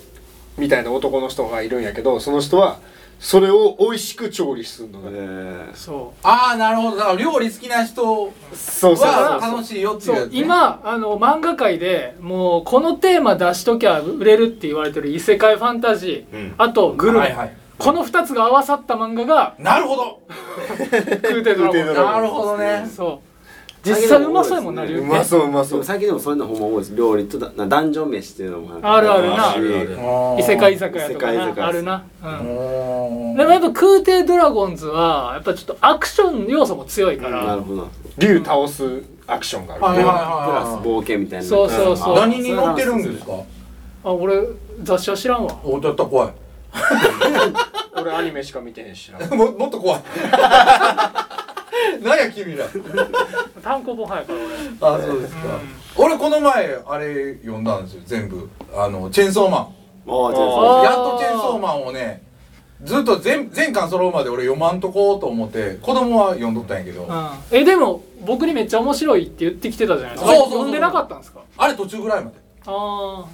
[SPEAKER 3] みたいな男の人がいるんやけどその人はそれを美味しく調理するの
[SPEAKER 4] え
[SPEAKER 3] ね
[SPEAKER 4] ー
[SPEAKER 2] そう
[SPEAKER 1] ああなるほどだから料理好きな人
[SPEAKER 3] そうそうそう
[SPEAKER 1] は
[SPEAKER 3] そう
[SPEAKER 1] 楽しいよっていう
[SPEAKER 2] そ
[SPEAKER 1] や
[SPEAKER 2] う
[SPEAKER 1] つね
[SPEAKER 2] 今あの漫画界でもうこのテーマ出しときゃ売れるって言われてる異世界ファンタジー、
[SPEAKER 3] うん
[SPEAKER 2] あとグルメ、
[SPEAKER 1] はいはい
[SPEAKER 2] この2つが合わさった漫画が
[SPEAKER 1] なるほど
[SPEAKER 2] 「クーテドラゴン
[SPEAKER 3] クーテドラゴン
[SPEAKER 1] なるほどね
[SPEAKER 2] そう実際うまそうやもんな
[SPEAKER 4] そう
[SPEAKER 2] 流
[SPEAKER 4] で
[SPEAKER 3] う
[SPEAKER 2] ね
[SPEAKER 3] まそううま
[SPEAKER 4] で
[SPEAKER 3] そう
[SPEAKER 4] も最近でもそういうのほんま多いです料理とだなダンジョン飯っていうのも
[SPEAKER 2] あるある
[SPEAKER 3] な
[SPEAKER 4] あるある
[SPEAKER 2] 異世界居酒屋とか
[SPEAKER 4] 異世界居酒
[SPEAKER 2] な
[SPEAKER 4] 屋
[SPEAKER 2] あるな、うん
[SPEAKER 1] おー
[SPEAKER 2] でもやっぱクーテドラゴンズはやっぱちょっとアクション要素も強いから、
[SPEAKER 4] なるほど
[SPEAKER 3] 竜倒すアクションがあ
[SPEAKER 1] はい
[SPEAKER 3] る
[SPEAKER 1] はい
[SPEAKER 3] ね
[SPEAKER 4] プラス
[SPEAKER 1] は
[SPEAKER 4] 冒険みたいな
[SPEAKER 2] そうそう
[SPEAKER 1] い
[SPEAKER 2] そう
[SPEAKER 1] はい何に乗ってるんですか
[SPEAKER 2] あ俺雑誌は知らんわ
[SPEAKER 1] おだったら怖い
[SPEAKER 3] 俺アニメしか見てへんしな
[SPEAKER 1] ももっと 怖い何や君ら
[SPEAKER 2] 単行本早いから俺
[SPEAKER 1] あそうですか、俺この前あれ読んだんですよ全部あのチェーンソーマン
[SPEAKER 4] ああ
[SPEAKER 3] あ
[SPEAKER 4] じゃ
[SPEAKER 2] ー
[SPEAKER 1] やっとチェーンソーマンをねずっと全全巻揃うまで俺読まんとこうと思って子供は読んどったんやけど、
[SPEAKER 2] うんえでも僕にめっちゃ面白いって言ってきてたじゃないですか
[SPEAKER 1] そうそうそう
[SPEAKER 2] 読んでなかったんですか
[SPEAKER 1] あれ途中ぐらいまで
[SPEAKER 2] ああ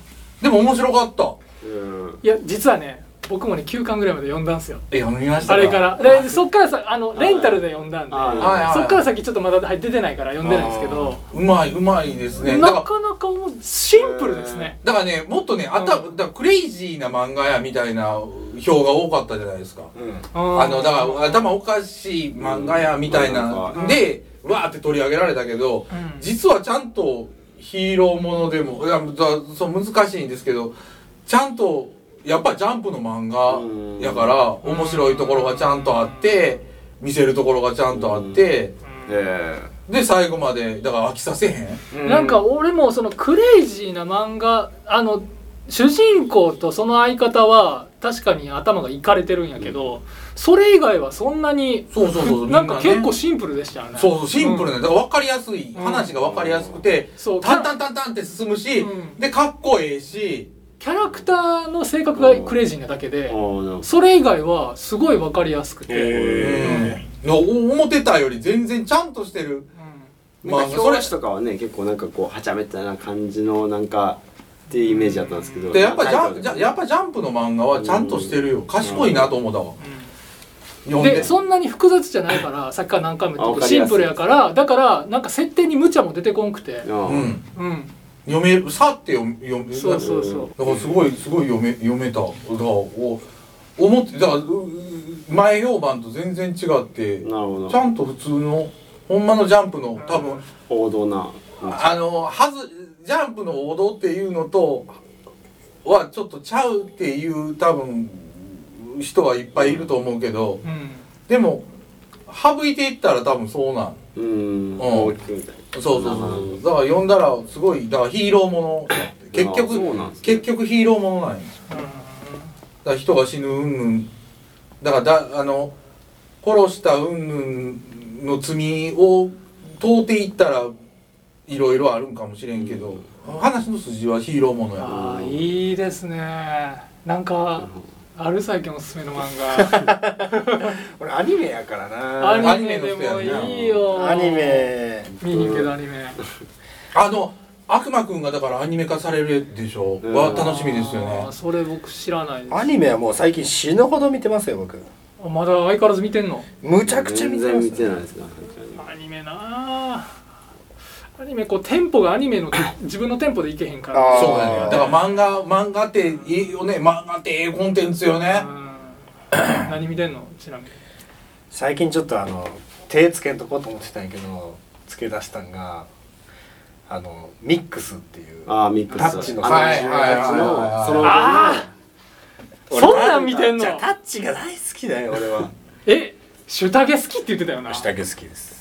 [SPEAKER 1] でも面白かった
[SPEAKER 4] あうん
[SPEAKER 2] いや実はね僕もね9巻ぐらいまで読んだんですよ
[SPEAKER 1] え読みました
[SPEAKER 2] あれからでそっからさあのレンタルで読んだんで
[SPEAKER 4] あー
[SPEAKER 1] はいはいはい
[SPEAKER 2] そっから先ちょっとまだ出てないから読んでないんですけど
[SPEAKER 1] うまいうまいですねだ
[SPEAKER 2] な
[SPEAKER 1] から
[SPEAKER 2] かなかもうシンプルですね
[SPEAKER 1] だからねもっとねあた、だからクレイジーな漫画やみたいな票が多かったじゃないですか、
[SPEAKER 3] うん
[SPEAKER 1] あのだ
[SPEAKER 2] ら
[SPEAKER 1] から頭おかしい漫画やみたいな、
[SPEAKER 4] うん
[SPEAKER 1] でわーって取り上げられたけど、
[SPEAKER 2] うん
[SPEAKER 1] 実はちゃんとヒーローものでもいやだそう難しいんですけどちゃんとやっぱジャンプの漫
[SPEAKER 4] うん
[SPEAKER 1] 画やから面白いところがちゃんとあって見せるところがちゃんとあって
[SPEAKER 4] ええ
[SPEAKER 1] で最後までだから飽きさせへん
[SPEAKER 2] なんか俺もそのクレイジーな漫画あの主人公とその相方は確かに頭がいかれてるんやけど、それ以外はそんなに
[SPEAKER 1] そうそうそう
[SPEAKER 2] なんか
[SPEAKER 1] みんなね
[SPEAKER 2] 結構シンプルでしたよね
[SPEAKER 1] そうそうシンプルな、だから分かりやすい、話が分かりやすくて、
[SPEAKER 2] そう
[SPEAKER 1] タンタンタンタンって進むし、
[SPEAKER 2] うん
[SPEAKER 1] でかっこええし
[SPEAKER 2] キャラクターの性格がクレイジーなだけで
[SPEAKER 4] ああなんか
[SPEAKER 2] それ以外はすごい分かりやすくて、
[SPEAKER 1] ええの思ってたより全然ちゃんとしてる
[SPEAKER 4] まあ、
[SPEAKER 1] まあ
[SPEAKER 4] そ
[SPEAKER 1] そ
[SPEAKER 4] れ
[SPEAKER 1] れ
[SPEAKER 4] とかはね結構なんかこうはちゃめたな感じのなんかっていうイメージだったんですけど
[SPEAKER 1] でやっぱジャンジ
[SPEAKER 4] じゃ
[SPEAKER 1] ャやっぱジャンプの漫画はちゃんとしてるよ賢いなと思ったわ、
[SPEAKER 2] うん
[SPEAKER 1] 読んで
[SPEAKER 2] でそんなに複雑じゃないからさっきから何回も言ってる
[SPEAKER 4] あわかり
[SPEAKER 2] シ
[SPEAKER 4] や
[SPEAKER 2] ン
[SPEAKER 4] すい
[SPEAKER 2] プルやからだからなんか設定に無茶も出てこんくて、
[SPEAKER 1] う
[SPEAKER 4] あうん
[SPEAKER 1] ん、
[SPEAKER 2] うん、
[SPEAKER 1] 読めるさって読む読む
[SPEAKER 2] そうそうそう
[SPEAKER 1] だからすごいすごい読め読めただからお思ってだからう前評判と全然違って
[SPEAKER 4] なるほど
[SPEAKER 1] ちゃんと普通のほんまのジャンプの多分、
[SPEAKER 4] 王道なうん
[SPEAKER 1] あのはずジャンプの王道っていうのとはちょっとちゃうっていう多分人はいっぱいいると思うけど
[SPEAKER 2] うん
[SPEAKER 1] でも省いていったら多分そうなん
[SPEAKER 4] うん
[SPEAKER 1] うん
[SPEAKER 4] 大きくみたい
[SPEAKER 1] そうそうそうだから読んだらすごいだからヒーローもの結
[SPEAKER 4] あそうなん
[SPEAKER 1] 局
[SPEAKER 4] ですね
[SPEAKER 1] 結局ヒーローものなんやだから人が死ぬうんぬんだからだあの殺したうんぬんの罪を問うていったらいろいろあるんかもしれんけど、話の筋はヒーローものや
[SPEAKER 2] ああいいですねなんかある最近おすすめの漫画
[SPEAKER 3] 俺アニメやからな
[SPEAKER 2] アニメでもいいよ
[SPEAKER 3] アニメ
[SPEAKER 2] 見に行けどアニメ
[SPEAKER 1] あの悪魔くんがだからアニメ化されるでしょ、
[SPEAKER 4] うん
[SPEAKER 1] は楽しみですよね
[SPEAKER 2] あーそれ僕知らないです
[SPEAKER 3] アニメはもう最近死ぬほど見てますよ僕
[SPEAKER 2] あまだ相変わらず見てんの
[SPEAKER 3] むちゃ
[SPEAKER 4] な
[SPEAKER 3] くちゃ見
[SPEAKER 4] 全
[SPEAKER 3] てま
[SPEAKER 4] 然見
[SPEAKER 3] す
[SPEAKER 4] て
[SPEAKER 3] ね
[SPEAKER 4] ないですね
[SPEAKER 2] アニメなあアニメこうテンポがアニメの自分のテンポでいけへんか
[SPEAKER 3] あ
[SPEAKER 2] ら
[SPEAKER 3] ー
[SPEAKER 1] そうやねだから漫画漫画っていいよね漫画ってええコンテンツよね、
[SPEAKER 2] うん何見てんのちなみに
[SPEAKER 3] 最近ちょっとあの手つけんとこうと思ってたんやけどつけ出したんがあのミックスっていう
[SPEAKER 4] ああミックス
[SPEAKER 3] タッチの
[SPEAKER 4] あの
[SPEAKER 1] はいはいはいはい
[SPEAKER 4] その
[SPEAKER 2] ああ
[SPEAKER 3] 俺
[SPEAKER 2] そんなん見てんの
[SPEAKER 3] じゃあタッチが大好きだよ俺は
[SPEAKER 2] えシュタゲ好きって言ってたよな
[SPEAKER 3] 下着好きです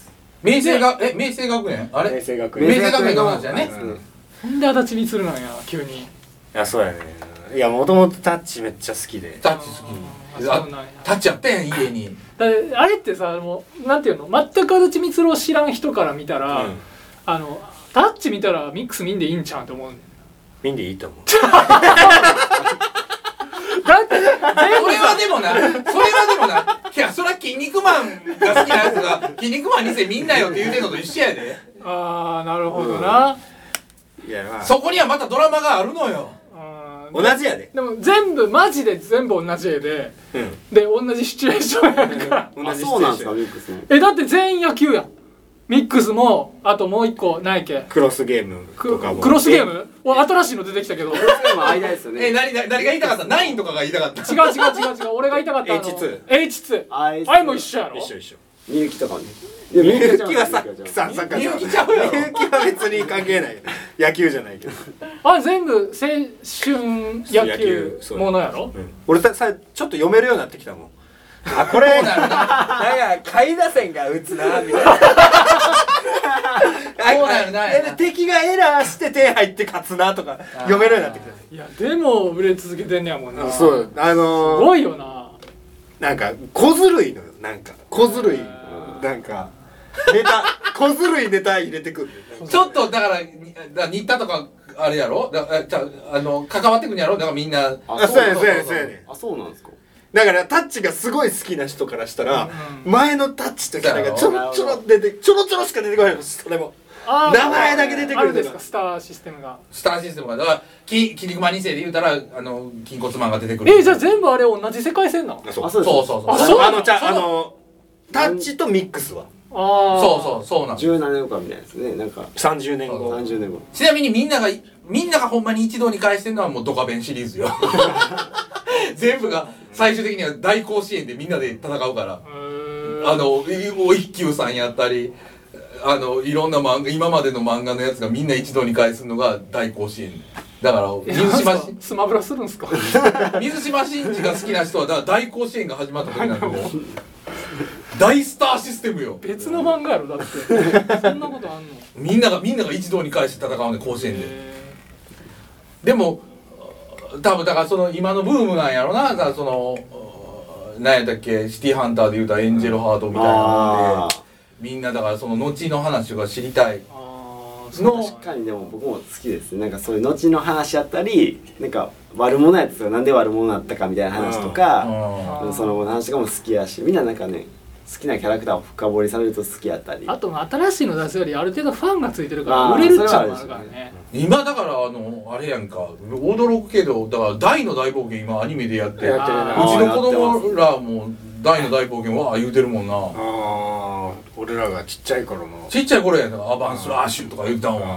[SPEAKER 1] 明星がえ明星学園あ
[SPEAKER 3] 明
[SPEAKER 1] れ
[SPEAKER 3] 星学
[SPEAKER 1] 明
[SPEAKER 3] 園
[SPEAKER 1] 星学園の話だね
[SPEAKER 3] うんい
[SPEAKER 2] なんで足立みつるなんや急に
[SPEAKER 3] やそうやねいやもともとタッチめっちゃ好きで
[SPEAKER 1] タッチ
[SPEAKER 2] あ
[SPEAKER 1] 好き
[SPEAKER 2] ーそうなんや
[SPEAKER 1] あタッチやったやん家に
[SPEAKER 2] だってあれってさもうなんていうの全く足立光郎知らん人から見たら、
[SPEAKER 3] うん
[SPEAKER 2] あのタッチ見たらミックス見んでいいんちゃうんって思うねん
[SPEAKER 3] 見んでいいと思う
[SPEAKER 1] それ
[SPEAKER 2] だって
[SPEAKER 1] はでもなそれはでもないやそりゃ「筋肉マン」が好きなやつが「筋肉マン2世みんなよ」って言うてんのと一緒やで
[SPEAKER 2] ああなるほどな、
[SPEAKER 3] いやまあ
[SPEAKER 1] そこにはまたドラマがあるのよ
[SPEAKER 2] あー
[SPEAKER 3] 同じやで
[SPEAKER 2] でも全部マジで全部同じ絵で
[SPEAKER 3] うん
[SPEAKER 2] で同じシチュエーションやから
[SPEAKER 3] 同
[SPEAKER 4] あ
[SPEAKER 3] じ
[SPEAKER 4] そうなんですか
[SPEAKER 3] シチュエーション
[SPEAKER 4] ミックスも
[SPEAKER 2] えだって全員野球やんミックスもあともう一個ないっけ
[SPEAKER 3] クロスゲーム
[SPEAKER 2] ク
[SPEAKER 3] とかも
[SPEAKER 2] クロスゲームお新しいの出てきたけど違う
[SPEAKER 4] でも間ですよ
[SPEAKER 1] え
[SPEAKER 4] ね
[SPEAKER 1] 何何誰が言いたかったナインとかが言いたか った
[SPEAKER 2] 違う違う違う俺が言いたかったあの
[SPEAKER 3] H2
[SPEAKER 2] H2
[SPEAKER 4] あ
[SPEAKER 2] あれも一緒やろ
[SPEAKER 3] 一緒一緒
[SPEAKER 4] みゆきとかねいやみ
[SPEAKER 3] みゆ
[SPEAKER 4] ゆ
[SPEAKER 3] き
[SPEAKER 4] き
[SPEAKER 3] は
[SPEAKER 4] は
[SPEAKER 3] さ
[SPEAKER 4] さ
[SPEAKER 3] ささ
[SPEAKER 1] みゆきちゃうやろ
[SPEAKER 3] みゆきは別に関係ない野球じゃないけど、
[SPEAKER 2] あれ全部青春野
[SPEAKER 3] 野
[SPEAKER 2] 球
[SPEAKER 3] 球そう
[SPEAKER 2] ものやろ
[SPEAKER 3] うん、俺たさちょっと読めるようになってきたもんあこれ
[SPEAKER 1] なる
[SPEAKER 5] な
[SPEAKER 1] な
[SPEAKER 5] んか下位打線が打つなみたいな
[SPEAKER 1] こうなるなやな
[SPEAKER 5] で敵がエラーして手入って勝つなとか読めるようになってき
[SPEAKER 2] いやでも売れ続けてんねやもんな
[SPEAKER 3] あそうあ
[SPEAKER 2] す
[SPEAKER 3] のー
[SPEAKER 2] ごいよな
[SPEAKER 3] なんか小ずるいのよなんか小ずるいなんかネタ小ずるいネタ入れてくる
[SPEAKER 1] ちょっとだからにだから新田とかあれやろだあじゃああの関わってくんやろだからみんな
[SPEAKER 3] あそうやねそうやねそうやね
[SPEAKER 4] あそうなんですか
[SPEAKER 3] だからタッチがすごい好きな人からしたら、前のタッチとキャラがちょ
[SPEAKER 1] そう
[SPEAKER 4] や
[SPEAKER 3] ろ
[SPEAKER 4] ろ
[SPEAKER 3] ちょろ出てちょろちょろしか出てこないのそれも
[SPEAKER 2] あー
[SPEAKER 3] 名前だけ出てくる
[SPEAKER 2] あるんですかスターシステムが
[SPEAKER 1] スターシステムがだからきキリクマ2世で言うたらあの筋骨マンが出てくる
[SPEAKER 2] えじゃあ全部あれ同じ世界線なの
[SPEAKER 3] あ
[SPEAKER 4] あ
[SPEAKER 3] そう
[SPEAKER 4] そうです
[SPEAKER 1] そうそうそう
[SPEAKER 2] あ
[SPEAKER 3] あ
[SPEAKER 2] そう
[SPEAKER 3] の
[SPEAKER 2] な
[SPEAKER 3] あ
[SPEAKER 2] の
[SPEAKER 3] のちゃあのタッチとミックスは
[SPEAKER 2] ああ
[SPEAKER 1] そうそうそうなの
[SPEAKER 4] 17年後かみたいですねなんか
[SPEAKER 3] 30年後
[SPEAKER 4] 30年後
[SPEAKER 1] ちなみにみんながみんながほんまに一堂に会してるのはもうドカベンシリー ズよ全部が最終的には大甲子園でみんなで戦うから
[SPEAKER 2] うーん
[SPEAKER 1] あのいお一休さんやったりあのいろんな漫画今までの漫画のやつがみんな一堂に会するのが大甲子園だから水島し
[SPEAKER 2] スマブラするんすか
[SPEAKER 1] 水島新司が好きな人はだから大甲子園が始まった時 なんでもう大スターシステムよ
[SPEAKER 2] 別の漫画やろだってそんなことあんの
[SPEAKER 1] みんながみんなが一堂に会して戦うんで甲子園ででも多分だからその今のブームなんやろなだからその何やったっけシティハンターで言うたらエンジェルハートみたいなの
[SPEAKER 4] あ
[SPEAKER 1] でみんなだからその後の話が知りたい
[SPEAKER 2] あー
[SPEAKER 1] の
[SPEAKER 2] そう
[SPEAKER 4] 確かにでも僕も好きですなんかそういう後の話やったりなんか悪者やったらなんで悪者だったかみたいな話とか、
[SPEAKER 1] うん
[SPEAKER 2] うん
[SPEAKER 4] その後の話とかも好きやしみんななんかね好きなキャラクターを深掘りされると好きやったり
[SPEAKER 2] あと新しいの出すよりある程度ファンがついてるから
[SPEAKER 4] あー
[SPEAKER 2] 売れるっちゃうのあるからね
[SPEAKER 4] そ
[SPEAKER 1] 今だからあのあれやんか驚くけどだから大の大冒険今アニメでやって
[SPEAKER 3] や
[SPEAKER 1] う
[SPEAKER 3] ってる
[SPEAKER 2] あ
[SPEAKER 3] な
[SPEAKER 2] ー
[SPEAKER 1] ちの子供らも大の大冒険は言うてるもんな
[SPEAKER 3] あー俺らがちっちゃい頃の
[SPEAKER 1] ちっちゃい頃やんかアバンスラッシュとか言うてたもん
[SPEAKER 3] うん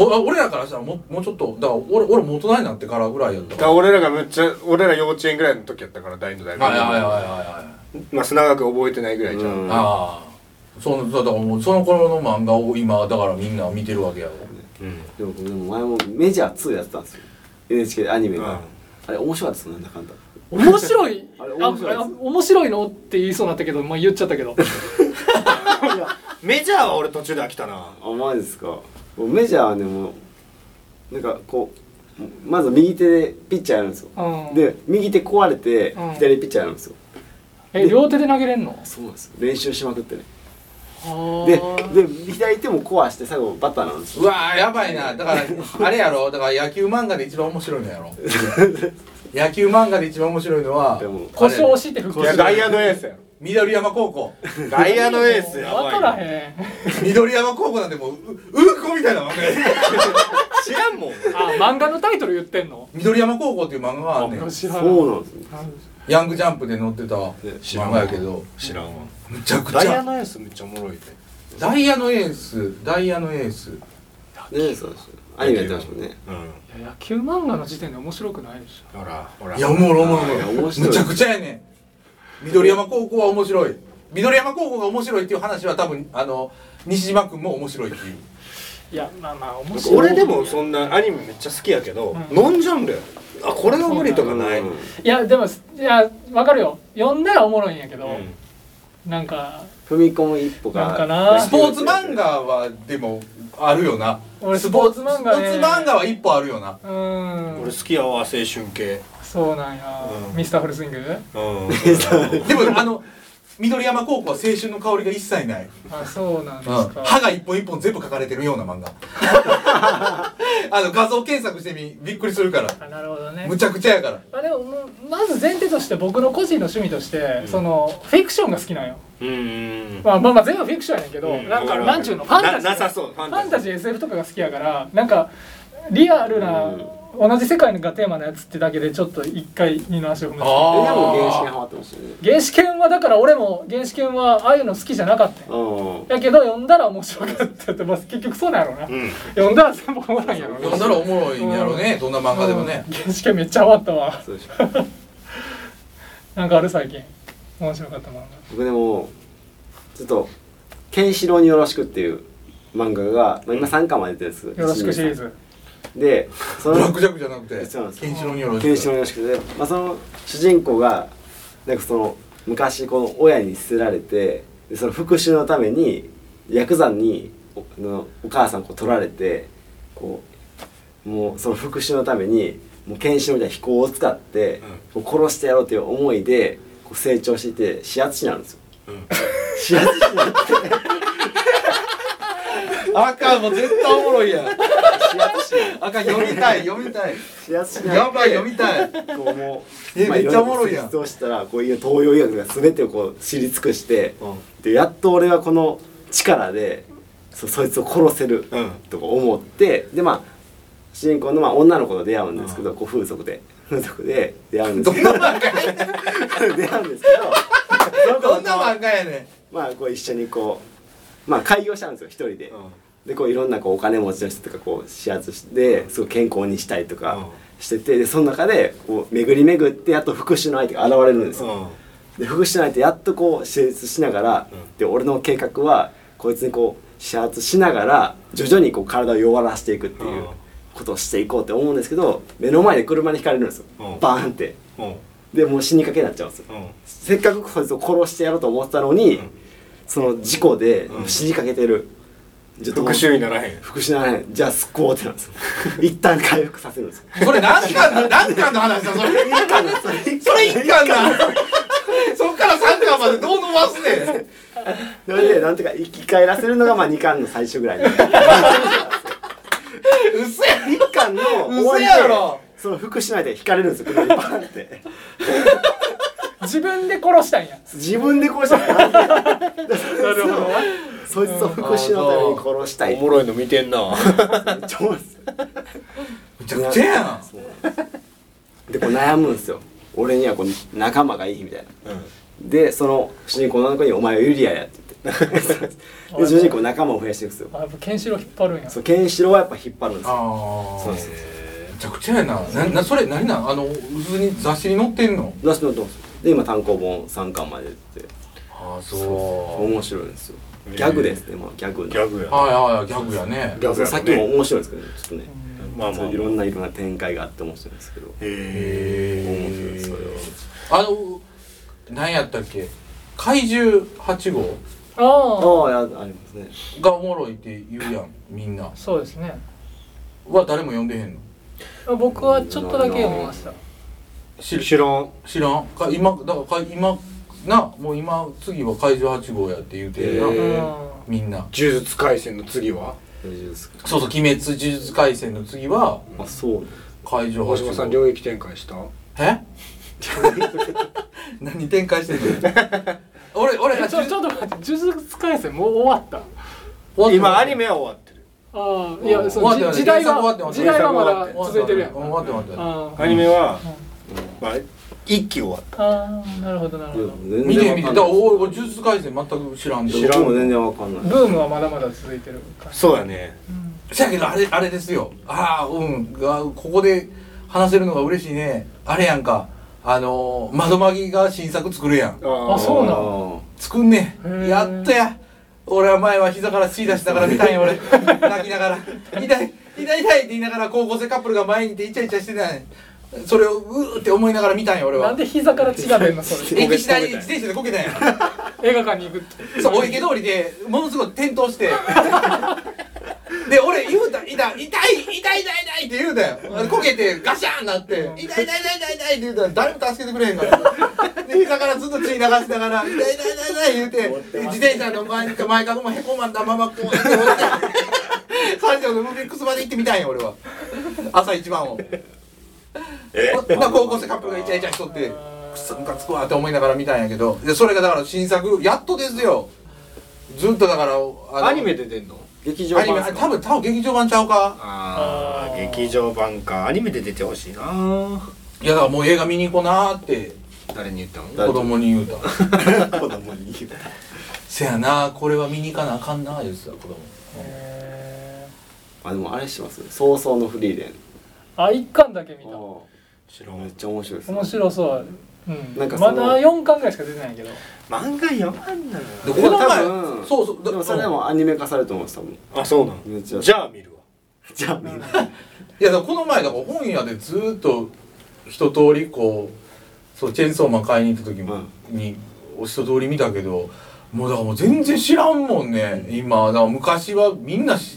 [SPEAKER 1] お俺らからしたらもうもうちょっとだから俺俺もう大人になってからぐらいやった
[SPEAKER 3] だから俺らがむっちゃ俺ら幼稚園ぐらいの時やったから大の大
[SPEAKER 1] はいはいはいはい
[SPEAKER 3] 学
[SPEAKER 1] はい
[SPEAKER 3] まあ砂学覚えてないぐらいじゃん、
[SPEAKER 4] うん
[SPEAKER 1] ああそのだからもうその頃の漫画を今だからみんな見てるわけやろ
[SPEAKER 4] でも僕でも前もメジャー2やってたんですよ NHK でアニメが、
[SPEAKER 3] うん
[SPEAKER 4] あれ面白かったですよなんだかんだ
[SPEAKER 2] 面白い
[SPEAKER 4] あれ面白いです
[SPEAKER 2] ああ面白いのって言いそうになったけど、まあ、言っちゃったけど
[SPEAKER 3] メジャーは俺途中で飽きたな
[SPEAKER 4] あマジですかもうメジャーはねもうなんかこうまず右手でピッチャーやるんですよ、
[SPEAKER 2] うん
[SPEAKER 4] で右手壊れて
[SPEAKER 2] うん
[SPEAKER 4] 左ピッチャーやるんですよ、
[SPEAKER 2] え両手で投げれんの
[SPEAKER 4] そうなんですよ練習しまくってね
[SPEAKER 2] あー
[SPEAKER 4] でで左手も壊して最後バッターなんですよ
[SPEAKER 1] うわーやばいなだからあれやろだから野球漫画で一番面白いのや ろ野球漫画で一番面白いのは
[SPEAKER 4] でも
[SPEAKER 2] 腰を押
[SPEAKER 1] し
[SPEAKER 2] してる
[SPEAKER 3] いやダイヤのエースや
[SPEAKER 1] 緑山高校
[SPEAKER 3] ダイヤのエースやば
[SPEAKER 2] 分
[SPEAKER 3] いよ
[SPEAKER 2] からへん
[SPEAKER 1] 緑山高校なんてもうううんこみたいな漫画やで
[SPEAKER 3] 知らんもん
[SPEAKER 2] あ漫画のタイトル言ってん の
[SPEAKER 1] 緑山高校っていう漫画があんねん
[SPEAKER 2] 知らん
[SPEAKER 4] そうなんですよ
[SPEAKER 1] ヤングジャンプで載ってた漫画やけど
[SPEAKER 3] 知らんわ
[SPEAKER 1] むちゃく
[SPEAKER 3] ダイ
[SPEAKER 1] ち
[SPEAKER 3] ヤ
[SPEAKER 1] ゃ
[SPEAKER 3] のエースめっちゃおもろいで
[SPEAKER 1] ダイヤのエースダイヤのエース
[SPEAKER 4] ねそうですよアニメやってましたもんね
[SPEAKER 3] うん
[SPEAKER 2] いや野球漫画の時点で面白くないでし
[SPEAKER 3] ほらほら
[SPEAKER 1] いやおもろおもろお
[SPEAKER 4] いや
[SPEAKER 1] もろ
[SPEAKER 4] 面白い
[SPEAKER 1] むちゃくちゃやねん緑山高校は面白い緑山高校が面白いっていう話は多分あの西島君も面白いっていう
[SPEAKER 2] ょいやまあまあ面
[SPEAKER 3] なんか
[SPEAKER 2] 白い
[SPEAKER 3] 俺でもそんなアニメめっちゃ好きやけど、ノンジャンルやあこれは無理とかない、
[SPEAKER 4] うん
[SPEAKER 2] いやでもいやわかるよ読んだらおもろいんやけど、なんか
[SPEAKER 4] 踏み込む一歩が
[SPEAKER 2] なんかな
[SPEAKER 1] スポーツ漫画はでもあるよな
[SPEAKER 2] 俺スポーツ漫画ね
[SPEAKER 1] スポーツ漫画は一歩あるよな
[SPEAKER 2] うー
[SPEAKER 5] 俺好
[SPEAKER 2] ん
[SPEAKER 5] きやわ青春系
[SPEAKER 2] そうなんや、
[SPEAKER 5] うん
[SPEAKER 2] ミスターフルスイン
[SPEAKER 5] う
[SPEAKER 2] グ
[SPEAKER 5] ん
[SPEAKER 1] でもあの緑山高校は青春の香りが一切ない、
[SPEAKER 2] あそうなんです
[SPEAKER 1] うん
[SPEAKER 2] か、
[SPEAKER 1] 歯が一本一本全部描かれてるような漫画 あの画像検索してみびっくりするから
[SPEAKER 2] あなるほどね
[SPEAKER 1] むちゃくちゃやから
[SPEAKER 2] まあでももうまず前提として僕の個人の趣味として、そのフィクションが好きなんよ、
[SPEAKER 5] うん
[SPEAKER 2] まあ、まあまあ全部フィクションやねんけど、
[SPEAKER 5] うん
[SPEAKER 2] なんか
[SPEAKER 5] わかるわかる
[SPEAKER 2] なんちゅうのファンタジー
[SPEAKER 5] ななさそう
[SPEAKER 2] フ
[SPEAKER 5] フ
[SPEAKER 2] ァ
[SPEAKER 5] ァ
[SPEAKER 2] ン
[SPEAKER 5] ンタジー
[SPEAKER 2] タジー SF とかが好きやからなんかリアルな、同じ世界がテーマのやつってだけでちょっと一回二の足を踏む
[SPEAKER 4] でも
[SPEAKER 1] あ
[SPEAKER 4] 原始にハマってましたね
[SPEAKER 2] 原始犬はだから俺も原始犬はああいうの好きじゃなかったよ
[SPEAKER 4] うん
[SPEAKER 2] やけど読んだら面白かったって、まあ、結局そうなんやろうな、
[SPEAKER 5] うん
[SPEAKER 2] 読んだら全部思わないんやろうな
[SPEAKER 1] 読んだらおもろいんやろうね、どんな漫画でもね、
[SPEAKER 2] うん原始犬めっちゃハマったわ
[SPEAKER 4] そうでしょ
[SPEAKER 2] なんかある最近面白かった漫画
[SPEAKER 4] 僕でもちょっと「ケンシロウによろしく」っていう漫画が、まあ、今3巻まで出てるんです
[SPEAKER 2] よろしくシリーズ
[SPEAKER 4] でそ
[SPEAKER 1] ブラッ
[SPEAKER 4] の
[SPEAKER 1] クジャックじゃなくて
[SPEAKER 4] そうなんです
[SPEAKER 1] ケンシロウによろしく
[SPEAKER 4] ケンシロウによろしくで、まあ、その主人公がなんかその昔この親に捨てられてでその復讐のためにヤクザにおあのお母さんこう取られてこうもうその復讐のためにもうケンシロウみたいな飛行を使って、こう殺してやろうという思いでこう成長していて始圧師なんですよ。始圧師になって
[SPEAKER 1] 赤もう絶対おもろいやん 赤読みたい読みたい
[SPEAKER 4] 始圧師にな
[SPEAKER 1] や
[SPEAKER 4] って
[SPEAKER 1] ばい読みたい
[SPEAKER 4] こうもう
[SPEAKER 1] えめっちゃおもろいやん
[SPEAKER 4] そうしたらこういう東洋医学が全てをこう知り尽くして、でやっと俺はこの力でそそいつを殺せる
[SPEAKER 5] うん
[SPEAKER 4] とか思って、でまあ主人公のまあ女の子と出会うんですけど、こう風俗で風俗で出会うんですけど出会うんですけど
[SPEAKER 1] どんな漫画やねん
[SPEAKER 4] まあこう一緒にこうまあ開業したんですよ一人で、でこういろんなこうお金持ちの人とかこう視圧してすごい健康にしたりとかしててでその中でこう巡り巡ってやっと復讐の相手が現れるんですよ、で復讐の相手やっとこう視圧しながら、で俺の計画はこいつにこう視圧しながら徐々にこう体を弱らせていくっていうことをしていこうって思うんですけど目の前で車にひかれるんですよ、
[SPEAKER 5] うん
[SPEAKER 4] バーンって
[SPEAKER 5] うん
[SPEAKER 4] でもう死にかけになっちゃうんですよ
[SPEAKER 5] うん
[SPEAKER 4] せっかくそいつを殺してやろうと思ってたのに、その事故で
[SPEAKER 5] うん
[SPEAKER 4] 死にかけてる、ちょっと
[SPEAKER 5] 復讐にならへん
[SPEAKER 4] 復讐ならないじゃあ救おうってなんです よ一旦回復させるんですよ
[SPEAKER 1] それ何巻な何巻の話だそれ
[SPEAKER 4] 一巻なんですよ
[SPEAKER 1] それ一巻 だそっから三巻までどう伸ばすねん
[SPEAKER 4] それでなんとか生き返らせるのがまあ二巻の最終ぐらいで
[SPEAKER 1] 嘘や
[SPEAKER 4] 一巻の終わ
[SPEAKER 1] 嘘
[SPEAKER 4] り
[SPEAKER 1] やろ
[SPEAKER 4] でその復讐の相手が引かれるんですよ車にバンって
[SPEAKER 2] 自分で殺したんや
[SPEAKER 4] 自分で殺したから な
[SPEAKER 2] な
[SPEAKER 4] んで
[SPEAKER 2] るほど
[SPEAKER 4] そいつを復讐のために殺したい
[SPEAKER 5] おもろいの見てんな
[SPEAKER 4] 超面白いです
[SPEAKER 1] むちゃくちゃやん
[SPEAKER 4] でこう悩むんですよ俺にはこう仲間がいいみたいな、でその主人公の中に「お前はユリアや」って言って で主人公仲間を増やしていくんですよ
[SPEAKER 2] あやっぱケンシロウ引っ張るんや
[SPEAKER 4] そうケンシロウはやっぱ引っ張るんですよ
[SPEAKER 1] あ
[SPEAKER 4] そうそうそう
[SPEAKER 1] むちゃくちゃやなななそれ何なんあの普通に雑誌に載ってんの
[SPEAKER 4] 出してもらってますで今単行本3巻まで出て
[SPEAKER 1] ああ
[SPEAKER 4] 面白いんですよギャグですね、まあ、ギャグの
[SPEAKER 5] ギャグやな
[SPEAKER 1] はいはいギャグやね
[SPEAKER 4] でもそのさっきも面白いんですけど、ね、ちょっとね
[SPEAKER 5] まあま
[SPEAKER 4] そ
[SPEAKER 5] あ
[SPEAKER 4] ういろんないろんな展開があって面白いんですけど面白い
[SPEAKER 1] へ
[SPEAKER 4] ですそれは
[SPEAKER 1] ーあの何やったっけ怪獣8号
[SPEAKER 2] ああ
[SPEAKER 4] ああやありますね
[SPEAKER 1] がおもろいって言うやんみんな
[SPEAKER 2] そうですね
[SPEAKER 1] は誰も読んでへんの
[SPEAKER 2] 僕はちょっとだけ読みました
[SPEAKER 1] 知
[SPEAKER 5] 知らん
[SPEAKER 1] 知らんか今だからか今なもう今次は怪獣8号やって言うてるな、
[SPEAKER 4] へー
[SPEAKER 2] う
[SPEAKER 1] みんな
[SPEAKER 5] 呪術廻戦の次は
[SPEAKER 4] 大丈夫ですか
[SPEAKER 1] そうそう「鬼滅呪術廻戦」の次は
[SPEAKER 4] あそうなんだ
[SPEAKER 1] 怪獣
[SPEAKER 5] 大
[SPEAKER 1] 8
[SPEAKER 5] 島
[SPEAKER 1] 号
[SPEAKER 5] さん領域展開した
[SPEAKER 1] え 何展開してんの俺俺
[SPEAKER 2] んえちょちょっと待って「呪術廻戦」もう終わった
[SPEAKER 5] 今アニ
[SPEAKER 1] メ
[SPEAKER 5] メは終わってる
[SPEAKER 2] ああいやそ
[SPEAKER 1] 終わってな
[SPEAKER 2] の
[SPEAKER 1] い
[SPEAKER 2] じ時代
[SPEAKER 1] 原作終わって
[SPEAKER 2] は
[SPEAKER 1] ます
[SPEAKER 2] 時代はまだ続いてるやん
[SPEAKER 1] 終わって終わって終わっ
[SPEAKER 2] あ
[SPEAKER 5] アニメはまあ一期終わった
[SPEAKER 2] あああなるほどなるほど
[SPEAKER 1] て見て見てだから俺俺呪術廻戦全く知らんで
[SPEAKER 4] 知らんも全然わかんない
[SPEAKER 2] ブームはまだまだ続いてる感じ
[SPEAKER 5] そうやね
[SPEAKER 1] せやけどあれあれですよああうんがここで話せるのが嬉しいねあれやんかあのー窓マギが新作作るやん
[SPEAKER 5] あ
[SPEAKER 2] あそうなの
[SPEAKER 4] の
[SPEAKER 1] 作んね
[SPEAKER 2] へー
[SPEAKER 1] んやっとや俺は前は膝から吸い出しながら見たんよ 俺泣きながら痛い痛い痛いって言いながら高校生カップルが前にいてイチャイチャしてたんやそれをうーって思いながら見たんよ俺
[SPEAKER 2] なん
[SPEAKER 1] は
[SPEAKER 2] で膝から血が出んのそれ
[SPEAKER 1] 駅下に自転車でこけたんや
[SPEAKER 2] 映画館に行く
[SPEAKER 1] そうお池通りでものすごい転倒してで俺言うた痛い痛い痛い痛い痛いって言うたよこけてガシャーンなって痛い痛い痛い痛い痛いって言うたら誰も助けてくれへんからで膝からずっと血流しながら痛い痛い痛い痛い言うて自転車の前に前かごもへこまんだままこうやって折って三条のルビックスまで行ってみたんや俺は朝一番をほんな高校生カップルがイチャイチャしとってくそムカつくわって思いながら見たんやけどでそれがだから新作やっとですよずっとだからあの
[SPEAKER 5] アニメで出んの
[SPEAKER 4] 劇場
[SPEAKER 1] アニ
[SPEAKER 4] 版
[SPEAKER 1] メ
[SPEAKER 4] っすか
[SPEAKER 1] 多分多分劇場版ちゃうか
[SPEAKER 5] あ
[SPEAKER 2] あ
[SPEAKER 5] あ
[SPEAKER 2] ー
[SPEAKER 5] 劇場版かアニメで出てほしいない
[SPEAKER 1] やだからもう映画見に行こうなーって
[SPEAKER 5] 誰に言ったの
[SPEAKER 4] 大
[SPEAKER 1] 子
[SPEAKER 4] 丈夫
[SPEAKER 1] 供に言うた
[SPEAKER 4] 子供に言う
[SPEAKER 1] せやなこれは見に行かなあかんなー言ってた子供
[SPEAKER 4] あでもあれしてます早々のフリーレン
[SPEAKER 2] あ一巻だけ見た
[SPEAKER 5] 知ら
[SPEAKER 4] めっ
[SPEAKER 5] ん
[SPEAKER 4] ちゃ面白いですね
[SPEAKER 2] 面白そう、うん、
[SPEAKER 4] なんかそ
[SPEAKER 2] ま
[SPEAKER 4] の
[SPEAKER 2] だ4巻ぐらいしか出てないけど
[SPEAKER 5] 漫画読まんなよ
[SPEAKER 1] でこ
[SPEAKER 4] でも
[SPEAKER 1] の前
[SPEAKER 4] 多分
[SPEAKER 1] そうそうだ
[SPEAKER 4] でもそれでもアニメ化されると思うんです多分
[SPEAKER 5] あそうな
[SPEAKER 4] めっちゃ
[SPEAKER 5] のじゃあ見るわ
[SPEAKER 4] じゃあみんない
[SPEAKER 1] やだからこの前だから本屋でずーっと一通りこうそうチェーンソーマン買いに行った時も、にお一通り見たけどもうだからもう全然知らんもんね今だから昔はみんなし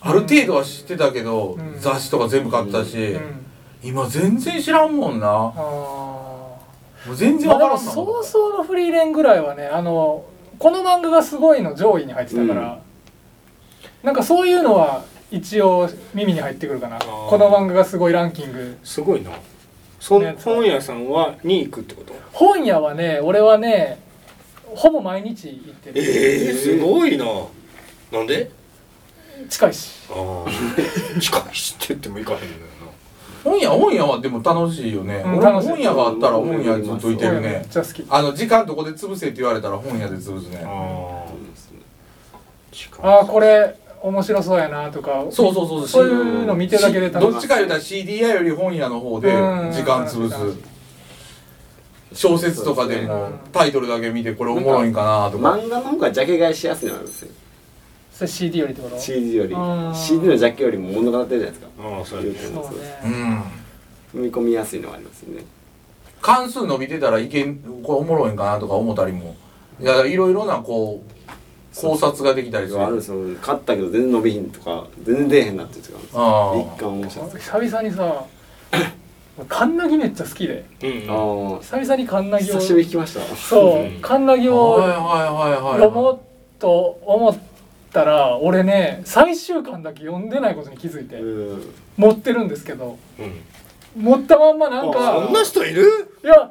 [SPEAKER 1] ある程度は知ってたけど、
[SPEAKER 2] うん
[SPEAKER 1] 雑誌とか全部買ったし、
[SPEAKER 2] うん
[SPEAKER 1] 今全然知らんもんなも
[SPEAKER 2] あ
[SPEAKER 1] う全
[SPEAKER 2] ー
[SPEAKER 1] 然
[SPEAKER 2] まあ
[SPEAKER 1] わから
[SPEAKER 2] でも
[SPEAKER 1] んな
[SPEAKER 2] そうそうのフリーレンぐらいはねあのこの漫画がすごいの上位に入ってたから、なんかそういうのは一応耳に入ってくるかな
[SPEAKER 5] ー
[SPEAKER 2] この漫画がすごいランキング
[SPEAKER 5] すごいなそ
[SPEAKER 2] ね
[SPEAKER 5] 本屋さんはに行くってこと
[SPEAKER 2] 本屋はね俺はねほぼ毎日行ってる
[SPEAKER 5] ええすごいななんで
[SPEAKER 2] 近いし
[SPEAKER 5] ああ近いしって言っても行かへんのよ
[SPEAKER 1] 本屋本屋はでも楽しいよね、
[SPEAKER 2] うん
[SPEAKER 1] 俺も
[SPEAKER 2] 楽しい
[SPEAKER 1] 本屋があったら本屋にずっといて
[SPEAKER 2] 本
[SPEAKER 1] る
[SPEAKER 2] 屋め
[SPEAKER 1] ね
[SPEAKER 2] っちゃ好き
[SPEAKER 1] あの時間どこで潰せって言われたら本屋で潰すね
[SPEAKER 5] なああ近
[SPEAKER 2] ああこれ面白そうやなとか
[SPEAKER 1] そうそうそう
[SPEAKER 2] そういうの見てるだけで
[SPEAKER 1] どっ
[SPEAKER 2] 楽し
[SPEAKER 1] ち
[SPEAKER 2] い
[SPEAKER 1] か言うたら CDI より本屋の方で
[SPEAKER 2] うん
[SPEAKER 1] 時間潰
[SPEAKER 2] う
[SPEAKER 1] す
[SPEAKER 2] ん
[SPEAKER 1] 小説とかでもタイトルだけ見てこれおもろいんかなとか
[SPEAKER 4] 漫画の方がジャケ買いしやすいのあるんですよ
[SPEAKER 2] それ CD よりってこと
[SPEAKER 4] CD より
[SPEAKER 2] あー
[SPEAKER 4] CD のジャケよりも物語ってるじゃないですか
[SPEAKER 5] ああそう
[SPEAKER 4] 言
[SPEAKER 5] や
[SPEAKER 4] うて
[SPEAKER 5] ね
[SPEAKER 4] も
[SPEAKER 2] そう
[SPEAKER 4] そう
[SPEAKER 1] う
[SPEAKER 2] ね
[SPEAKER 1] ん
[SPEAKER 4] 踏み込みやすいのはありますよね
[SPEAKER 1] 関数伸びてたらいけんこれおもろいんかなとか思ったりもいやいろいろなこう考察ができたりする
[SPEAKER 4] あるんですよ買ったけど全然伸びひんとか全然出えへんなっていう時があ
[SPEAKER 1] あ
[SPEAKER 4] るんですよ
[SPEAKER 1] ー
[SPEAKER 4] 一貫面白いです
[SPEAKER 2] 久々にさ カンナギめっちゃ好きで
[SPEAKER 5] うん
[SPEAKER 4] あ
[SPEAKER 5] あ
[SPEAKER 4] ー
[SPEAKER 2] 久々にカンナギを
[SPEAKER 4] 久しぶりに聞きました
[SPEAKER 2] そううんカンナギを
[SPEAKER 1] はいはいはいはい
[SPEAKER 2] 読もうと思ったら俺ね最終巻だけ読んでないことに気づいて
[SPEAKER 4] うん
[SPEAKER 2] 持ってるんですけど
[SPEAKER 5] うん
[SPEAKER 2] 持ったまんまなん
[SPEAKER 5] そ
[SPEAKER 4] あ
[SPEAKER 5] ん
[SPEAKER 2] か
[SPEAKER 5] な人いる
[SPEAKER 2] いや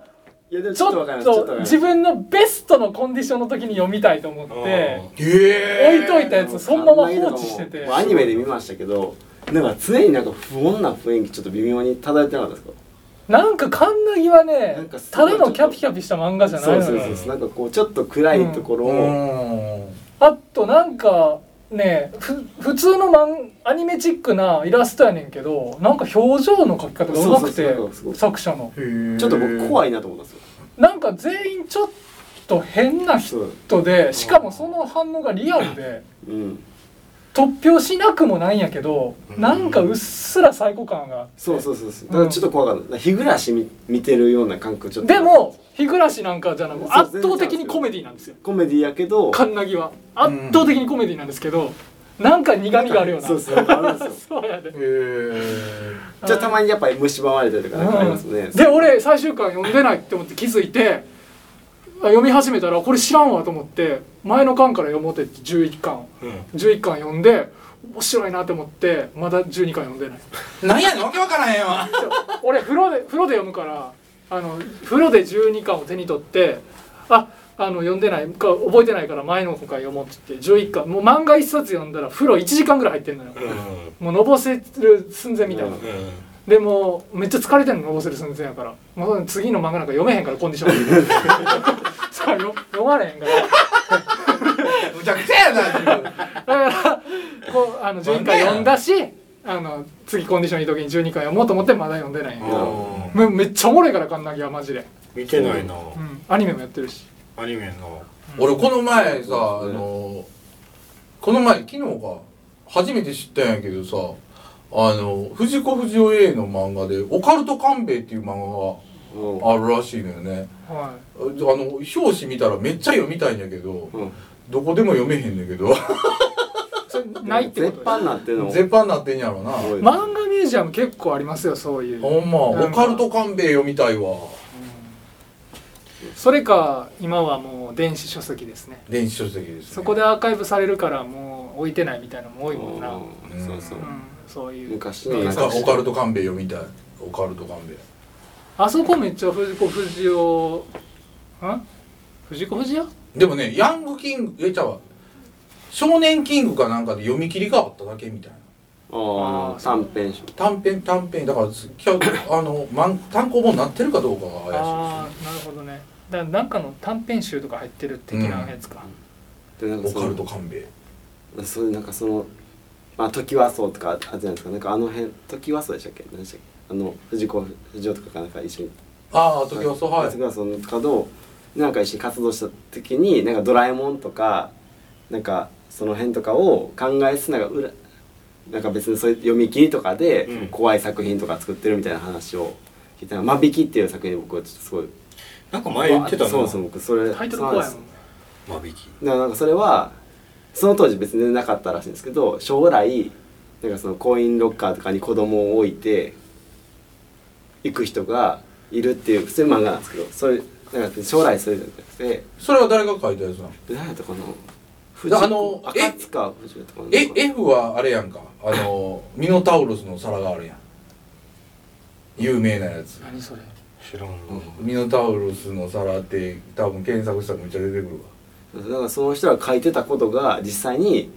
[SPEAKER 4] いやでも
[SPEAKER 2] ち
[SPEAKER 4] ちょっと
[SPEAKER 2] ょ
[SPEAKER 4] わかり
[SPEAKER 2] っ
[SPEAKER 4] ますちょっと
[SPEAKER 2] と
[SPEAKER 4] わかります
[SPEAKER 2] 自分のベストのコンディションの時に読みたいと思って
[SPEAKER 5] あ
[SPEAKER 1] へ
[SPEAKER 2] 置
[SPEAKER 1] え
[SPEAKER 2] いといたやつそのまま放置してて
[SPEAKER 4] もうアニメで見ましたけどなんか常になんか不穏な雰囲気ちょっと微妙に漂ってなかったですか
[SPEAKER 2] なんかカンナギはね
[SPEAKER 4] なんかす
[SPEAKER 2] た
[SPEAKER 4] ごい
[SPEAKER 2] だのキャピキャピした漫画じゃな
[SPEAKER 4] そ
[SPEAKER 2] いうの
[SPEAKER 4] そう
[SPEAKER 2] よ
[SPEAKER 4] そうそうなんかこうちょっと暗いところを、
[SPEAKER 1] うん
[SPEAKER 2] あとなんかねふ普通のマンアニメチックなイラストやねんけどなんか表情の描き方がうまく
[SPEAKER 4] そう
[SPEAKER 2] て
[SPEAKER 4] そうそうすごい
[SPEAKER 2] 作者の
[SPEAKER 4] ちょっと僕
[SPEAKER 1] い
[SPEAKER 4] 怖いなと思ったんですよ
[SPEAKER 2] なんか全員ちょっと変な人
[SPEAKER 4] そう
[SPEAKER 2] でしかもその反応がリアルで
[SPEAKER 4] うん
[SPEAKER 2] 突拍しなくもないんやけどなんかうっすら最高感が
[SPEAKER 4] そうそうそうそうだからちょっと怖かっただから日暮らしみ見てるような感覚ちょっと
[SPEAKER 2] でも日暮らしなんかじゃなく
[SPEAKER 4] そう
[SPEAKER 2] 圧倒的にコメディなんですよ
[SPEAKER 4] コメディやけど
[SPEAKER 2] カンナギは圧倒的にコメディなんですけどなんか苦みがあるような
[SPEAKER 4] そうそうあるんです よ
[SPEAKER 2] そうやで
[SPEAKER 1] へえ
[SPEAKER 4] じゃあたまにやっぱり蝕まれたりとかなんかありますね、
[SPEAKER 2] うんで俺最終巻読んでないって思って気づいてあ読み始めたらこれ知らんわと思って前の巻から読もうって言って11巻を
[SPEAKER 5] うん
[SPEAKER 2] 11巻読んで面白いなと思ってまだ12巻読んでない
[SPEAKER 1] なんやねんわけわからへんわ
[SPEAKER 2] 俺風呂で風呂で読むからあの風呂で12巻を手に取ってああの読んでないか覚えてないから前の本から読もうって言って11巻もう漫画1冊読んだら風呂1時間ぐらい入ってんのよ
[SPEAKER 5] うん
[SPEAKER 2] もうのぼせる寸前みたいな、
[SPEAKER 5] うん
[SPEAKER 2] でもうめっちゃ疲れてんののぼせる寸前やからもう次の漫画なんか読めへんからコンデ ィションさあよ読まれへんから
[SPEAKER 1] むちゃくちゃやな自分
[SPEAKER 2] だからこうあの12回読んだしあの次コンディションいい時に12回読もうと思ってまだ読んでないんやけど
[SPEAKER 5] あ
[SPEAKER 2] めめっちゃおもろいからカンナギはマジで、
[SPEAKER 5] ー見てないな
[SPEAKER 2] うん、アニメもやってるし
[SPEAKER 5] アニメの
[SPEAKER 1] 俺この前さ、
[SPEAKER 4] そ
[SPEAKER 1] あ
[SPEAKER 4] うですね
[SPEAKER 1] のこの前昨日か初めて知ったんやけどさあの藤子不二雄 A の漫画で「オカルト勘兵衛」っていう漫
[SPEAKER 4] うん
[SPEAKER 1] 画があるらしいのよね
[SPEAKER 2] は
[SPEAKER 1] あの表紙見たらめっちゃ読みたいんやけど、
[SPEAKER 4] うん
[SPEAKER 1] どこでも読めへんねんけど
[SPEAKER 2] いそれないってこと
[SPEAKER 4] 絶版になってるの
[SPEAKER 1] 絶版になってんやろな
[SPEAKER 4] すごい
[SPEAKER 2] 漫画ミュージアム結構ありますよそういう
[SPEAKER 1] ほんま
[SPEAKER 2] な
[SPEAKER 1] オ
[SPEAKER 2] んか
[SPEAKER 1] カルト勘兵衛読みたいわ
[SPEAKER 2] それか今はもう電子書籍ですね
[SPEAKER 1] 電子書籍です、ね、
[SPEAKER 2] そこでアーカイブされるからもう置いてないみたいなのも多いもんな、うん、
[SPEAKER 4] うんそうそう
[SPEAKER 2] そういう
[SPEAKER 4] 昔
[SPEAKER 1] オ
[SPEAKER 4] の
[SPEAKER 1] カオカルト勘兵衛読みたいオカルト勘兵衛
[SPEAKER 2] あそこめっちゃ藤子不二雄ん藤子不二雄
[SPEAKER 1] でもねヤングキングえちゃうわ少年キングかなんかで読み切りがあっただけみたいな
[SPEAKER 4] ああ短編集
[SPEAKER 1] 短編短編だからつきゃあのまん単行本になってるかどうかが怪しい
[SPEAKER 2] ああなるほどねだなんかの短編集とか入ってる的なやつか、
[SPEAKER 4] でなん
[SPEAKER 1] で
[SPEAKER 4] か
[SPEAKER 1] す
[SPEAKER 4] そ
[SPEAKER 1] ねオカルト
[SPEAKER 4] の
[SPEAKER 1] 勘兵衛
[SPEAKER 4] そういうなんかそのまあ時はそうとかあるじゃないですかなんかあの辺時はそうでしたっけ何でしたっけあの藤子不二雄とかがなんか一緒に
[SPEAKER 1] ああ時はそうはい
[SPEAKER 4] 時はそうとかとなんか一緒に活動した時になんかドラえもんとかなんかその辺とかを考えすなが裏なんか別にそういう読み切りとかで
[SPEAKER 3] うん
[SPEAKER 4] 怖い作品とか作ってるみたいな話を聞いたら「間引き」っていう作品僕はちょっとすごい
[SPEAKER 3] なんか前言ってたな
[SPEAKER 4] そうそう僕それ
[SPEAKER 2] タイトル怖いもんね
[SPEAKER 3] 間引き
[SPEAKER 4] だからなんかそれはその当時別になかったらしいんですけど将来なんかそのコインロッカーとかに子供を置いて行く人がいるっていう普通に漫画なんですけどそういうなんか将来そういうのじゃなくて
[SPEAKER 1] それは誰が書いたやつなの
[SPEAKER 4] で何やったかな
[SPEAKER 1] だからあのえ
[SPEAKER 4] 赤塚不二夫とかなんか
[SPEAKER 1] え F はあれやんかあのミノタウロスの皿があるやん有名なやつ
[SPEAKER 2] 何それ
[SPEAKER 3] 知らんわ
[SPEAKER 1] ミノタウロスの皿って多分検索したらめっちゃ出てくるわ
[SPEAKER 4] だからその人が書いてたことが実際に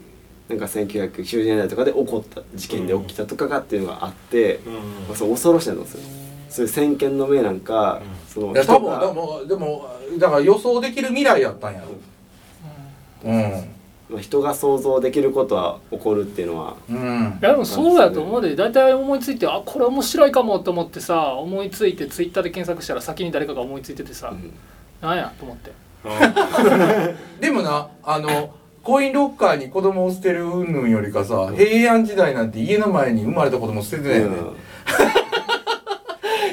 [SPEAKER 4] なんか1990年代とかで起こった事件で起きたとかがっていうのがあって、
[SPEAKER 3] うん
[SPEAKER 4] そう恐ろしいんですよそういう先見の明なん
[SPEAKER 3] う
[SPEAKER 4] か、
[SPEAKER 3] ん
[SPEAKER 4] その
[SPEAKER 1] いや多
[SPEAKER 4] 人
[SPEAKER 1] 分
[SPEAKER 4] が
[SPEAKER 1] でもでもだから予想できる未来やったんやろうん
[SPEAKER 4] まあ、人が想像できることは起こるっていうのは
[SPEAKER 1] うん
[SPEAKER 2] いやでもそうやと思うで大体思いついてあこれ面白いかもと思ってさ思いついてツイッターで検索したら先に誰かが思いついててさ、
[SPEAKER 4] ん
[SPEAKER 2] なんやと思って
[SPEAKER 1] でもなあのコインロッカーに子供を捨てる云々よりかさ平安時代なんて家の前に生まれた子供捨ててないよね、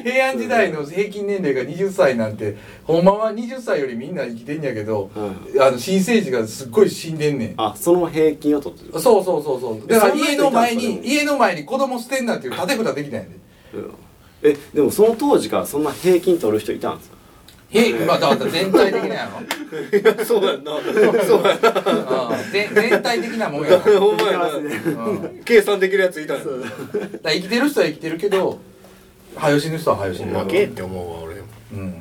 [SPEAKER 1] 平安時代の平均年齢が20歳なんてほんまは20歳よりみんな生きてんやけど、
[SPEAKER 4] う
[SPEAKER 1] あの新生児がすっごい死んでんねん
[SPEAKER 4] あその平均を取ってる、
[SPEAKER 1] そうそうそうそうだから
[SPEAKER 4] そんな人
[SPEAKER 1] 家
[SPEAKER 4] いた
[SPEAKER 1] の
[SPEAKER 4] んすか
[SPEAKER 1] 前に家の前に子供捨てんなっていう立て札できないんで
[SPEAKER 4] うんえでもその当時からそんな平均取る人いたんですか
[SPEAKER 1] へいまあだから全体的なやろ
[SPEAKER 3] そうやんなそうやんな
[SPEAKER 1] うんぜ全体的なもんやな、うん
[SPEAKER 3] ほんまやな計算できるやついたんや
[SPEAKER 1] だから生きてる人は生きてるけど早死ぬ人は早死ぬ
[SPEAKER 3] 負けって思うわ俺も
[SPEAKER 1] うん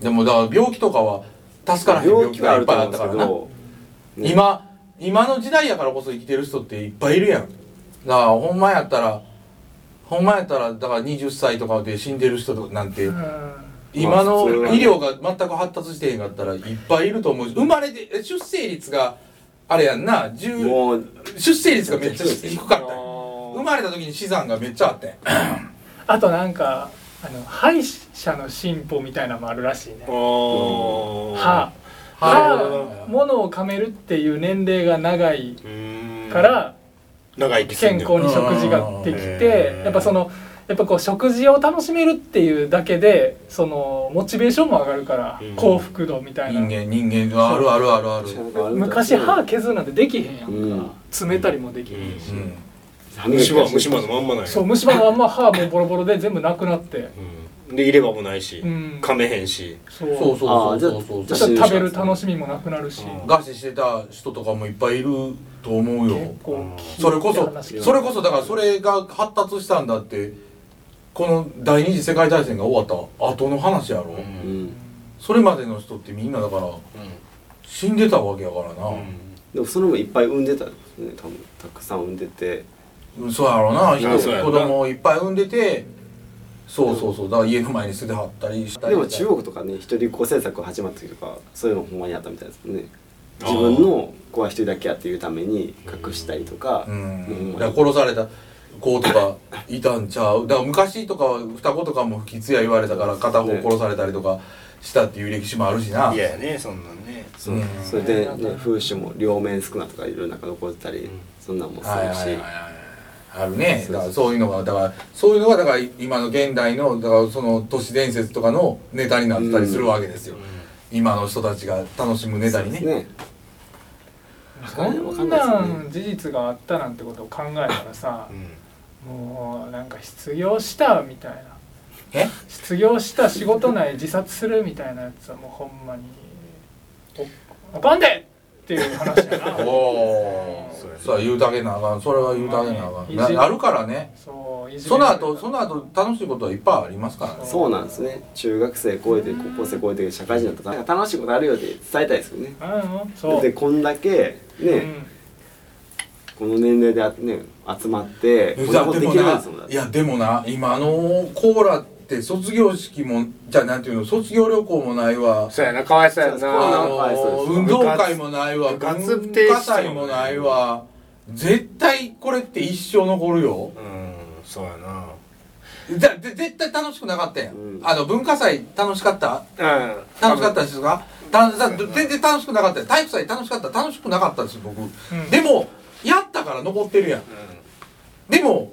[SPEAKER 1] でもだから病気とかは助からへん
[SPEAKER 4] 病
[SPEAKER 1] 病
[SPEAKER 4] 気
[SPEAKER 1] 気が
[SPEAKER 4] はあ
[SPEAKER 1] いっ
[SPEAKER 4] ると
[SPEAKER 1] ぱいあ
[SPEAKER 4] 思うん
[SPEAKER 1] ったか
[SPEAKER 4] ですけ
[SPEAKER 1] らな
[SPEAKER 4] どね
[SPEAKER 1] 今今の時代やからこそ生きてる人っていっぱいいるやんだからほんまやったらほんまやったらだから20歳とかで死んでる人とかなんて、今の
[SPEAKER 4] まあそれはね
[SPEAKER 1] 医療が全く発達してへんかったらいっぱいいると思うし生まれてえ出生率があれやんな10
[SPEAKER 4] もう
[SPEAKER 1] 出生率がめっちゃ低かったやん生まれた時に死産がめっちゃあってん
[SPEAKER 2] あとなんかあの歯医者の進歩みたいなのもあるらしいね歯歯ものを噛めるっていう年齢が長いから
[SPEAKER 3] 長生きす
[SPEAKER 2] 健
[SPEAKER 3] んねん
[SPEAKER 2] 康に食事ができて
[SPEAKER 3] うん
[SPEAKER 2] やっぱそのやっぱこう食事を楽しめるっていうだけでそのモチベーションも上がるから
[SPEAKER 3] うん
[SPEAKER 2] 幸福度みたい
[SPEAKER 1] 人
[SPEAKER 2] な
[SPEAKER 1] 間人間があるあるあるある
[SPEAKER 2] 昔歯削るなんてできへんやんか、
[SPEAKER 4] うん
[SPEAKER 2] 詰めたりもできへんし、
[SPEAKER 1] うん
[SPEAKER 3] 虫歯虫歯のまんまなんや
[SPEAKER 2] そう虫歯もあんま歯もボロボロで全部なくなって
[SPEAKER 3] うんで入れ歯もないし
[SPEAKER 2] うん
[SPEAKER 3] 噛めへんし
[SPEAKER 2] そ
[SPEAKER 1] そう
[SPEAKER 2] う
[SPEAKER 1] そうそう
[SPEAKER 4] あーじゃ
[SPEAKER 1] そ
[SPEAKER 4] あ
[SPEAKER 1] うそう
[SPEAKER 4] じゃあ
[SPEAKER 2] そしたら食べる楽しみもなくなるし、
[SPEAKER 3] うん
[SPEAKER 1] 餓死してた人とかもいっぱいいると思うよ
[SPEAKER 2] 結構
[SPEAKER 1] それこ
[SPEAKER 2] 聞い
[SPEAKER 1] そ
[SPEAKER 2] た話聞いた
[SPEAKER 1] それこそだからそれが発達したんだってこの第二次世界大戦が終わった後の話やろ、
[SPEAKER 4] うん
[SPEAKER 1] それまでの人ってみんなだから死んでたわけやからな、
[SPEAKER 4] でもそれもいっぱい産んでたんですね多分たくさん産んでて
[SPEAKER 1] うんそうやろな人
[SPEAKER 3] そうやな
[SPEAKER 1] 子供をいっぱい産んでてそうそうそうだから家の前に捨ててはったりしたり
[SPEAKER 4] でも中国とかね一人っ子政策が始まった時とかそういうのほんまにあったみたいですね自分の子は一人だけやっていうために隠したりとか、
[SPEAKER 1] うん、
[SPEAKER 4] うん
[SPEAKER 1] だから殺された子とかいたんちゃうだから昔とかは双子とかも不吉や言われたから片方殺されたりとかしたっていう歴史もあるしな、
[SPEAKER 3] いややねそんなんね
[SPEAKER 4] そう
[SPEAKER 1] うん
[SPEAKER 4] それで、ね、風習も両面少なとかいろんなのが残ってたり、そんなんもするし、
[SPEAKER 1] はいはいはいはいあるねだからそういうのがだからそういうのがだから今の現代のだからその都市伝説とかのネタになったりするわけですよ、今の人たちが楽しむネタにね
[SPEAKER 4] ね
[SPEAKER 2] そんなん事実があったなんてことを考えたらさ
[SPEAKER 3] う、ん
[SPEAKER 2] もうなんか失業したみたいな
[SPEAKER 1] え
[SPEAKER 2] 失業した仕事ない自殺するみたいなやつはもうほんまにお「あかんで!」っていう話やな
[SPEAKER 1] おおーそれは言うだけなあかんそれは言うだけなあかんななるからね
[SPEAKER 2] そういじめ
[SPEAKER 1] その後その後楽しいことはいっぱいありますからね
[SPEAKER 4] そうなんですね中学生超えて高校生超えて社会人だったらなんか楽しいことあるよって伝えたいですよね
[SPEAKER 2] うんそう
[SPEAKER 4] でこんだけね、
[SPEAKER 2] うん
[SPEAKER 4] この年齢であ、ね、集まってこん
[SPEAKER 1] じゃ
[SPEAKER 4] な
[SPEAKER 1] あ
[SPEAKER 4] こと
[SPEAKER 1] で
[SPEAKER 4] で
[SPEAKER 1] も
[SPEAKER 4] きるんで
[SPEAKER 1] な
[SPEAKER 4] すもんだっ
[SPEAKER 1] い
[SPEAKER 4] て
[SPEAKER 1] やでもな今あのコーラって卒業式もじゃあなんていうの卒業旅行もないわ
[SPEAKER 3] そうやなかわいそうやな
[SPEAKER 4] そう
[SPEAKER 1] あ
[SPEAKER 4] やな
[SPEAKER 1] の
[SPEAKER 4] かわいそうです
[SPEAKER 1] 運動会もないわ
[SPEAKER 3] 部
[SPEAKER 1] 文
[SPEAKER 3] 活
[SPEAKER 1] 化祭もないわ絶対これって一生残るよ
[SPEAKER 3] うんそうやな
[SPEAKER 1] だで絶対楽しくなかったやん、
[SPEAKER 4] うん
[SPEAKER 1] あの文化祭楽しかった
[SPEAKER 3] うん
[SPEAKER 1] 楽しかったですかたさ全然楽しくなかったよ体育祭楽しかった楽しくなかったです僕、でもやったから残ってるやんでも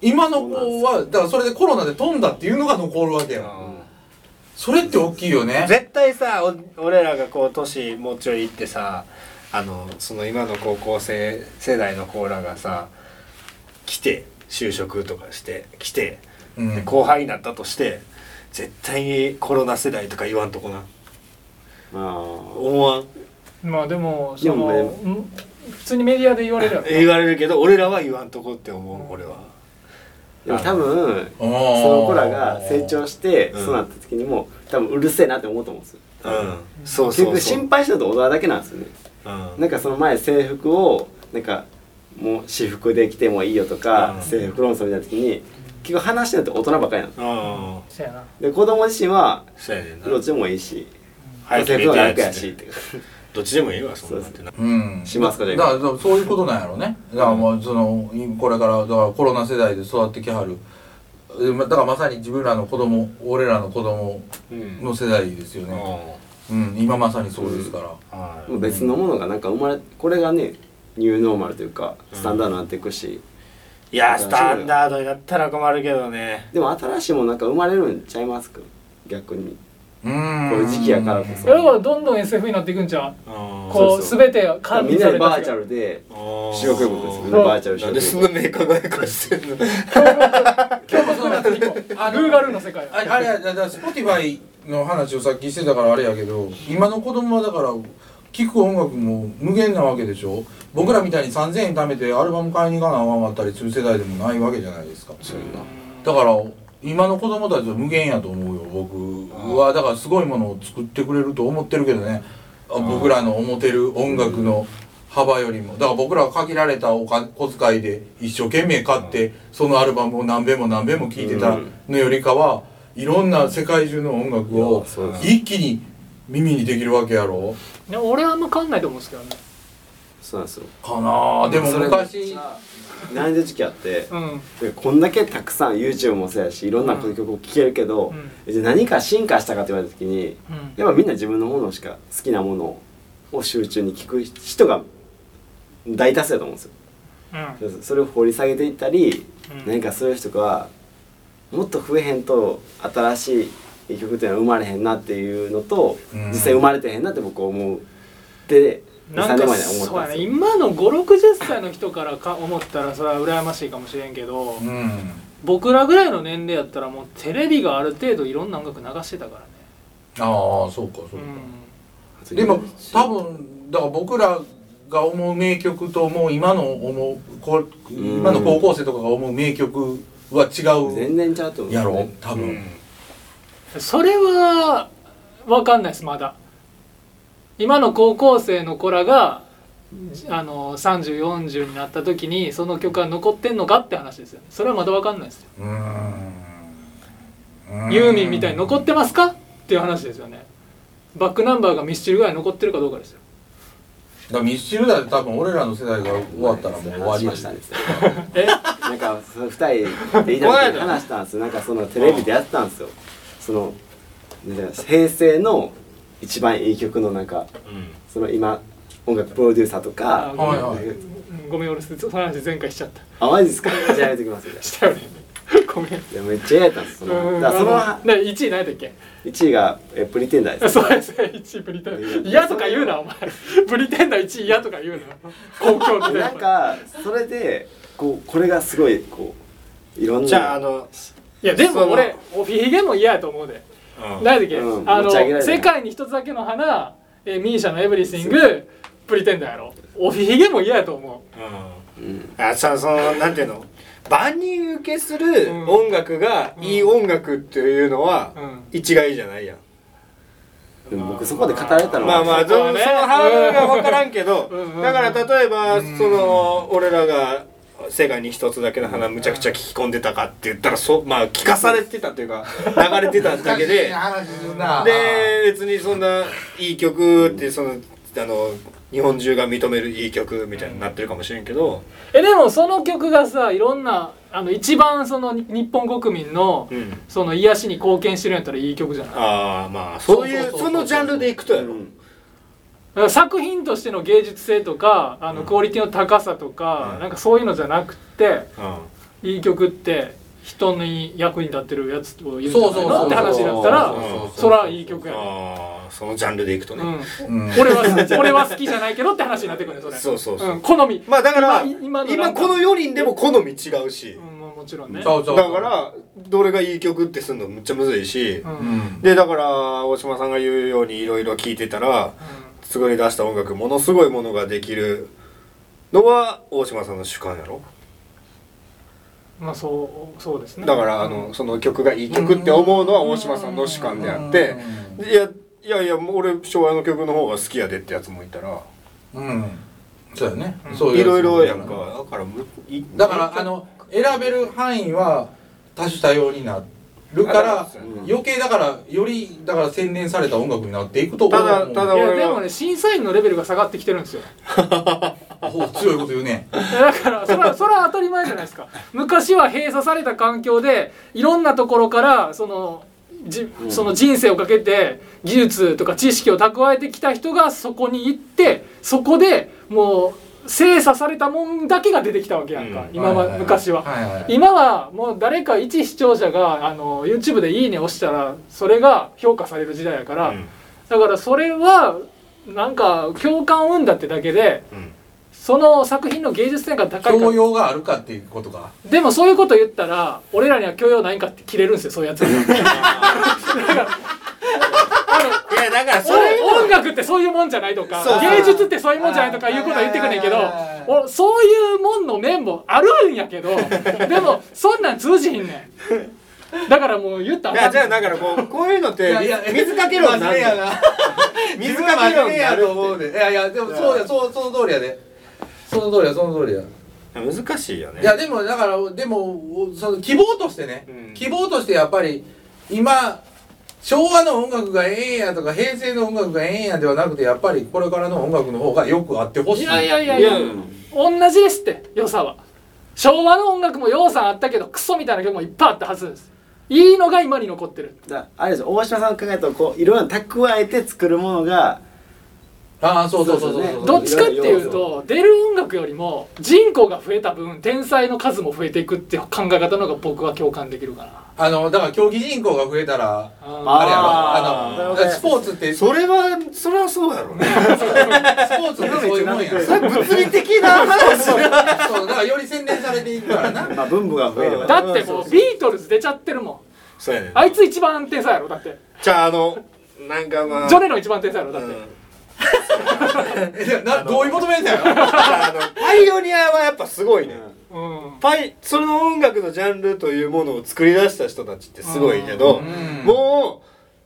[SPEAKER 1] 今の子はだからそれでコロナで飛んだっていうのが残るわけやんそれって大きいよ ね
[SPEAKER 5] 絶対
[SPEAKER 3] さお俺らがこう年もうちょい行ってさあのその今の高校生世代の子らがさ来て就職とかして来て、
[SPEAKER 1] うん
[SPEAKER 3] で後輩になったとして絶対にコロナ世代とか言わんとこな
[SPEAKER 4] あ
[SPEAKER 3] 思わん
[SPEAKER 2] まあでも
[SPEAKER 4] いや
[SPEAKER 2] その
[SPEAKER 4] もう
[SPEAKER 2] うん普通にメディアで言われるやろ
[SPEAKER 3] 言われるけど俺らは言わんとこって思う俺は
[SPEAKER 4] ーでも多分
[SPEAKER 1] そ
[SPEAKER 4] その子らが成長して
[SPEAKER 3] うん
[SPEAKER 4] そうなった時にも多分うるせえなって思うと思うんですよ
[SPEAKER 3] うんそう
[SPEAKER 4] 結
[SPEAKER 3] そう
[SPEAKER 4] 局
[SPEAKER 3] そう
[SPEAKER 4] 心配してるのと大人だけなんですよね
[SPEAKER 3] うん
[SPEAKER 4] なんかその前制服をなんかもう私服で着てもいいよとか、
[SPEAKER 3] うん
[SPEAKER 4] 制服論争みたいな時に結局話してるのって大人ばっかりなの
[SPEAKER 3] うん
[SPEAKER 2] そやな
[SPEAKER 4] で子供自身は
[SPEAKER 3] そうやねんな
[SPEAKER 4] どっちでもいいし
[SPEAKER 3] 早く
[SPEAKER 4] 制
[SPEAKER 3] 寝て
[SPEAKER 4] 服
[SPEAKER 3] やつね
[SPEAKER 4] の方が楽やしっていう
[SPEAKER 3] どっちでもいいわそんなんてな
[SPEAKER 1] うん
[SPEAKER 4] しますかじゃ
[SPEAKER 1] だ
[SPEAKER 4] あ
[SPEAKER 1] からだからそういうことなんやろねだからもうそのいこれからだからコロナ世代で育ってきはるえまだからまさに自分らの子供俺らの子供
[SPEAKER 3] うん
[SPEAKER 1] の世代ですよ
[SPEAKER 3] うん
[SPEAKER 1] ね、うん、今まさにそうですから、
[SPEAKER 3] は
[SPEAKER 4] もう別のものがなんか生まれこれがねニューノーマルというかスタンダードになっていくし、
[SPEAKER 3] いいやスタンダードになったら困るけどね
[SPEAKER 4] でも新しいものなんか生まれるんちゃいますか逆に
[SPEAKER 1] うん
[SPEAKER 4] こういう時期やからこ
[SPEAKER 2] いやだか
[SPEAKER 4] そ
[SPEAKER 2] らどんどん SF になっていくんじゃん
[SPEAKER 3] うん
[SPEAKER 2] こ
[SPEAKER 4] そう
[SPEAKER 2] う
[SPEAKER 4] そう
[SPEAKER 2] 全てが管
[SPEAKER 4] み
[SPEAKER 2] 理
[SPEAKER 4] んな
[SPEAKER 2] さ
[SPEAKER 4] で
[SPEAKER 2] れ
[SPEAKER 4] バ
[SPEAKER 2] た
[SPEAKER 4] ーチャルで
[SPEAKER 3] 主
[SPEAKER 4] 主語空ですよね
[SPEAKER 2] うん
[SPEAKER 4] バーチャル主
[SPEAKER 3] なん
[SPEAKER 4] 語
[SPEAKER 3] で
[SPEAKER 4] 空
[SPEAKER 3] そんな明確化してんの
[SPEAKER 1] 今日もそうなってきて
[SPEAKER 2] あグーガルの世界
[SPEAKER 1] ああれやだから Spotify の話をさっきしてたからあれやけど今の子供はだから聴く音楽も無限なわけでしょ僕らみたいに3000円貯めてアルバム買いに行かなあかんかったりする世代でもないわけじゃないですかだから今の子供たちは無限やと思うよ僕はだからすごいものを作ってくれると思ってるけどねあ僕らの思ってる音楽の幅よりもだから僕らは限られたおか小遣いで一生懸命買ってそのアルバムを何べも何べも聴いてたのよりかはいろんな世界中の音楽を
[SPEAKER 4] そうです
[SPEAKER 1] 一気に耳にできるわけやろ
[SPEAKER 2] でも俺はあんま変わんないと思うんですけどね
[SPEAKER 4] そうなんですよ
[SPEAKER 1] かなあでも
[SPEAKER 4] それ
[SPEAKER 1] 昔
[SPEAKER 4] 悩んでる時期あって、
[SPEAKER 2] うん
[SPEAKER 4] でこんだけたくさん YouTube もそうやしいろんな
[SPEAKER 2] うん
[SPEAKER 4] 曲を聴けるけど、じゃあ何か進化したかって言われた時に
[SPEAKER 2] うん
[SPEAKER 4] やっぱみんな自分のものしか好きなものを集中に聴く人が大多数だと思うんですよ
[SPEAKER 2] うん
[SPEAKER 4] そうそうそれを掘り下げていったり、
[SPEAKER 2] うん
[SPEAKER 4] 何かそういう人がもっと増えへんと新しい曲っていうのは生まれへんなっていうのと、
[SPEAKER 1] うん
[SPEAKER 4] 実際生まれてへんなって僕は思うで
[SPEAKER 2] な
[SPEAKER 4] 3
[SPEAKER 2] ん
[SPEAKER 4] 年
[SPEAKER 2] か
[SPEAKER 4] 前には思っ
[SPEAKER 2] そう
[SPEAKER 4] たん
[SPEAKER 2] や
[SPEAKER 4] で
[SPEAKER 2] ね
[SPEAKER 4] すよ
[SPEAKER 2] 今の560歳の人からか思ったらそれは羨ましいかもしれんけど
[SPEAKER 1] うん
[SPEAKER 2] 僕らぐらいの年齢やったらもうテレビがある程度いろんな音楽流してたからね
[SPEAKER 1] ああそうかそううか、
[SPEAKER 2] ん
[SPEAKER 1] でも多分だから僕らが思う名曲ともう今の思うこ今の高校生とかが思う名曲は違
[SPEAKER 4] 全
[SPEAKER 1] う
[SPEAKER 4] 然ちゃうと思うんで
[SPEAKER 1] や
[SPEAKER 4] すよ
[SPEAKER 1] ろ
[SPEAKER 4] ね
[SPEAKER 1] 多
[SPEAKER 3] う
[SPEAKER 1] 分、
[SPEAKER 3] ん
[SPEAKER 2] それは分かんないですまだ今の高校生の子らがじあの3040になった時にその曲が残ってんのかって話ですよそれはまだ分かんないですよ
[SPEAKER 1] うーん
[SPEAKER 2] ユーミンみたいに残ってますかっていう話ですよねバックナンバーがミスチルぐらい残ってるかどうかですよ
[SPEAKER 1] だからミスチルだって多分俺らの世代が終わったらもう終わり
[SPEAKER 4] 話しましたね
[SPEAKER 2] え
[SPEAKER 4] なんかその2人でいた時に話したんですよなんかそのテレビでやってたんですよそのなんか平成の一番いい曲のなんかその今音楽プロデューサーとか
[SPEAKER 2] あ
[SPEAKER 1] はいはい
[SPEAKER 4] なんか
[SPEAKER 2] ごめん俺その話前回しちゃった
[SPEAKER 4] あマジですかじゃあやめときますじゃ
[SPEAKER 2] したよね ごめん
[SPEAKER 4] あいやめっちゃやったんですその
[SPEAKER 2] うん
[SPEAKER 4] だからその
[SPEAKER 2] あのね1位何だっけ
[SPEAKER 4] 1位がえプリテンダーです
[SPEAKER 2] そうですね1位ブリテンダー嫌とか言うなお前ブリテンダー1位嫌とか言うな公共の
[SPEAKER 4] でなんかそれでこうこれがすごいこういろんな
[SPEAKER 7] じゃああの
[SPEAKER 2] いやでも俺おひげも嫌やと思うで
[SPEAKER 7] うん
[SPEAKER 2] 何だっけ、
[SPEAKER 4] うん
[SPEAKER 2] あ
[SPEAKER 4] 持ち上げら
[SPEAKER 2] の
[SPEAKER 4] れない
[SPEAKER 2] 世界に一つだけの花、えー、ミーシャのエブリシングプリテンダーやろおひげも嫌やと思
[SPEAKER 7] うん
[SPEAKER 3] あさそのなんていうの万人受けする音楽がいい音楽っていうのは
[SPEAKER 2] う、うん、
[SPEAKER 3] 一概じゃないやん、
[SPEAKER 4] でも僕そこで語られたの
[SPEAKER 3] ま
[SPEAKER 4] は、
[SPEAKER 3] あまあそ,、
[SPEAKER 2] そう
[SPEAKER 3] の
[SPEAKER 2] ね
[SPEAKER 3] ハードルが分からんけど
[SPEAKER 2] うんうん
[SPEAKER 3] だから例えばその俺らが世界に一つだけの花むちゃくちゃ聞き込んでたかって言ったらそうまあ聞かされてたというか流れてただけで
[SPEAKER 1] 話するな
[SPEAKER 3] で別にそんないい曲ってそのあの日本中が認めるいい曲みたいになってるかもしれんけど、
[SPEAKER 2] えでもその曲がさいろんなあの一番そのに日本国民の、
[SPEAKER 3] うん
[SPEAKER 2] その癒しに貢献してるんやったらいい曲じゃないだか
[SPEAKER 3] ああまあそういう
[SPEAKER 1] そうそうそうそう
[SPEAKER 3] そのジャンルでいくとやろ、
[SPEAKER 2] ら作品としての芸術性とかあのクオリティの高さとか、
[SPEAKER 3] うん
[SPEAKER 2] なんかそういうのじゃなくて
[SPEAKER 3] うん
[SPEAKER 2] いい曲って人に役に立ってるやつを言うんじゃ
[SPEAKER 1] そう
[SPEAKER 2] な
[SPEAKER 1] そうそ
[SPEAKER 2] いの
[SPEAKER 1] う
[SPEAKER 2] って話だったら
[SPEAKER 1] そうそうそう
[SPEAKER 2] そらいい曲やね
[SPEAKER 3] ああそのジャンルでいくとね、
[SPEAKER 2] う
[SPEAKER 1] うん
[SPEAKER 2] ん、俺は俺は好きじゃないけどって話になってくるねそれ
[SPEAKER 3] そうそうそう
[SPEAKER 2] うん、好み、
[SPEAKER 3] まあだから
[SPEAKER 2] 今今
[SPEAKER 3] 今
[SPEAKER 2] のなんか
[SPEAKER 3] この4人でも好み違うし
[SPEAKER 2] う、ん、もちろんね
[SPEAKER 1] そうそ
[SPEAKER 3] だ
[SPEAKER 1] う
[SPEAKER 3] からどれがいい曲ってすんのむっちゃむずいし、
[SPEAKER 2] うん、う
[SPEAKER 1] うんん
[SPEAKER 3] でだから大島さんが言うようにいろいろ聴いてたら作り出した音楽ものすごいものができるのは大島さんの主観やろ
[SPEAKER 2] まあそうそうですね
[SPEAKER 3] だからあのその曲がいい曲って思うのは大島さんの主観であって
[SPEAKER 1] うん
[SPEAKER 3] いやいやいやもう俺昭和の曲の方が好きやでってやつもいたら
[SPEAKER 1] うんそうやね
[SPEAKER 2] うん
[SPEAKER 1] そういう
[SPEAKER 3] い
[SPEAKER 1] つ
[SPEAKER 3] ろいろやんかだからむい
[SPEAKER 1] だからあの選べる範囲は多種多様になるから
[SPEAKER 4] うん
[SPEAKER 1] 余計だからよりだから洗練された音楽になっていくと俺は思う
[SPEAKER 3] ただ
[SPEAKER 2] いや
[SPEAKER 3] 俺
[SPEAKER 2] で
[SPEAKER 3] は
[SPEAKER 2] もね審査員のレベルが下がってきてるんですよ
[SPEAKER 1] ほう強いこと言うね
[SPEAKER 2] いやだからそれはそれは当たり前じゃないですか昔は閉鎖された環境でいろんなところからそのじ
[SPEAKER 4] うん
[SPEAKER 2] その人生をかけて技術とか知識を蓄えてきた人がそこに行ってそこでもう精査されたもんだけが出てきたわけやんか、
[SPEAKER 3] うん
[SPEAKER 2] 今は、
[SPEAKER 1] いいい
[SPEAKER 2] 昔は、
[SPEAKER 1] いはい
[SPEAKER 2] 今はもう誰か一視聴者があの YouTube で「いいね」押したらそれが評価される時代やから、
[SPEAKER 3] うん
[SPEAKER 2] だからそれはなんか共感を生んだってだけで
[SPEAKER 3] うん
[SPEAKER 2] その作品の芸術性が高いか
[SPEAKER 1] 教養があるかっていうことか
[SPEAKER 2] でもそういうこと言ったら俺らには教養ないんかって切れるんですよそういうや つだから
[SPEAKER 3] いやだからそれ
[SPEAKER 2] お音楽ってそういうもんじゃないとか
[SPEAKER 3] そう
[SPEAKER 2] 芸術ってそういうもんじゃないとかいうことは言ってくんねんけど
[SPEAKER 1] あー
[SPEAKER 2] おそういうもんの面もあるんやけどでもそんなん通じひんねんだからもう言った
[SPEAKER 3] い
[SPEAKER 2] ら
[SPEAKER 3] や
[SPEAKER 2] あ
[SPEAKER 3] じ
[SPEAKER 2] か
[SPEAKER 3] ゃあ
[SPEAKER 2] んねん
[SPEAKER 3] だからこうこういうのって水かけ
[SPEAKER 1] ろ
[SPEAKER 3] 論なんだよ
[SPEAKER 1] な
[SPEAKER 3] 水
[SPEAKER 1] 水
[SPEAKER 3] か
[SPEAKER 1] か
[SPEAKER 3] け
[SPEAKER 1] け
[SPEAKER 3] 論
[SPEAKER 1] ろ
[SPEAKER 3] に
[SPEAKER 1] や
[SPEAKER 3] なる
[SPEAKER 1] と思うでいやいやでもそうやそうその通りやでその通りやその通りや
[SPEAKER 3] 難しいよね
[SPEAKER 1] いやでもだからでもその希望としてね、
[SPEAKER 3] うん
[SPEAKER 1] 希望としてやっぱり今昭和の音楽がええんやとか平成の音楽がええんやではなくてやっぱりこれからの音楽の方がよくあってほしい
[SPEAKER 2] いやいやいや
[SPEAKER 7] い
[SPEAKER 2] い
[SPEAKER 7] や
[SPEAKER 2] や同じですって良さは昭和の音楽も洋さんあったけどクソみたいな曲もいっぱいあったはずですいいのが今に残ってる
[SPEAKER 4] だからあれですよ大島さんの考えとこういろんな蓄えて作るものが
[SPEAKER 1] ああそうそうそうそうそう
[SPEAKER 4] そう
[SPEAKER 2] どっちかっていうと出る音楽よりも人口が増えた分天才の数も増えていくっていう考え方の方が僕は共感できるかな
[SPEAKER 1] あのだから競技人口が増えたら
[SPEAKER 2] あ
[SPEAKER 1] あれやろ
[SPEAKER 4] あ
[SPEAKER 1] あの
[SPEAKER 4] ーなるほどね
[SPEAKER 1] スポーツってスポ
[SPEAKER 3] それはそれはそうやろうね
[SPEAKER 1] ーツってそういうもんやそう
[SPEAKER 3] 物理的な話
[SPEAKER 1] そうだからより洗練されていくからな
[SPEAKER 4] まあ分母が増えれば
[SPEAKER 2] ーだってもうビートルズ出ちゃってるもん
[SPEAKER 3] そうやね
[SPEAKER 2] あいつ一番天才やろだって
[SPEAKER 3] じゃああのなんかまあ
[SPEAKER 2] ジョネの一番天才やろだっ
[SPEAKER 3] う
[SPEAKER 2] て
[SPEAKER 3] ん
[SPEAKER 1] えじゃあ などういう求めんだよ
[SPEAKER 3] あのパイオニアはやっぱすごいね
[SPEAKER 2] うん
[SPEAKER 3] パイその音楽のジャンルというものを作り出した人たちってすごいけど
[SPEAKER 1] うん
[SPEAKER 3] も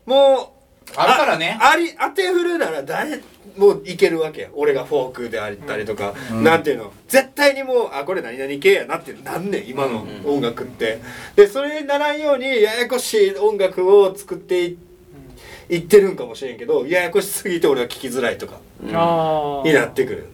[SPEAKER 3] うもう
[SPEAKER 1] あるからね
[SPEAKER 3] あり当て振るなら誰もういけるわけや俺がフォークであったりとか、
[SPEAKER 1] うん
[SPEAKER 3] なんていうの絶対にもうあこれ何々系やなってなんねん今の音楽って、でそれにならんようにややこしい音楽を作っていいってるんかもしれんけどややこしすぎて俺は聴きづらいとか
[SPEAKER 2] ああ
[SPEAKER 3] になってくる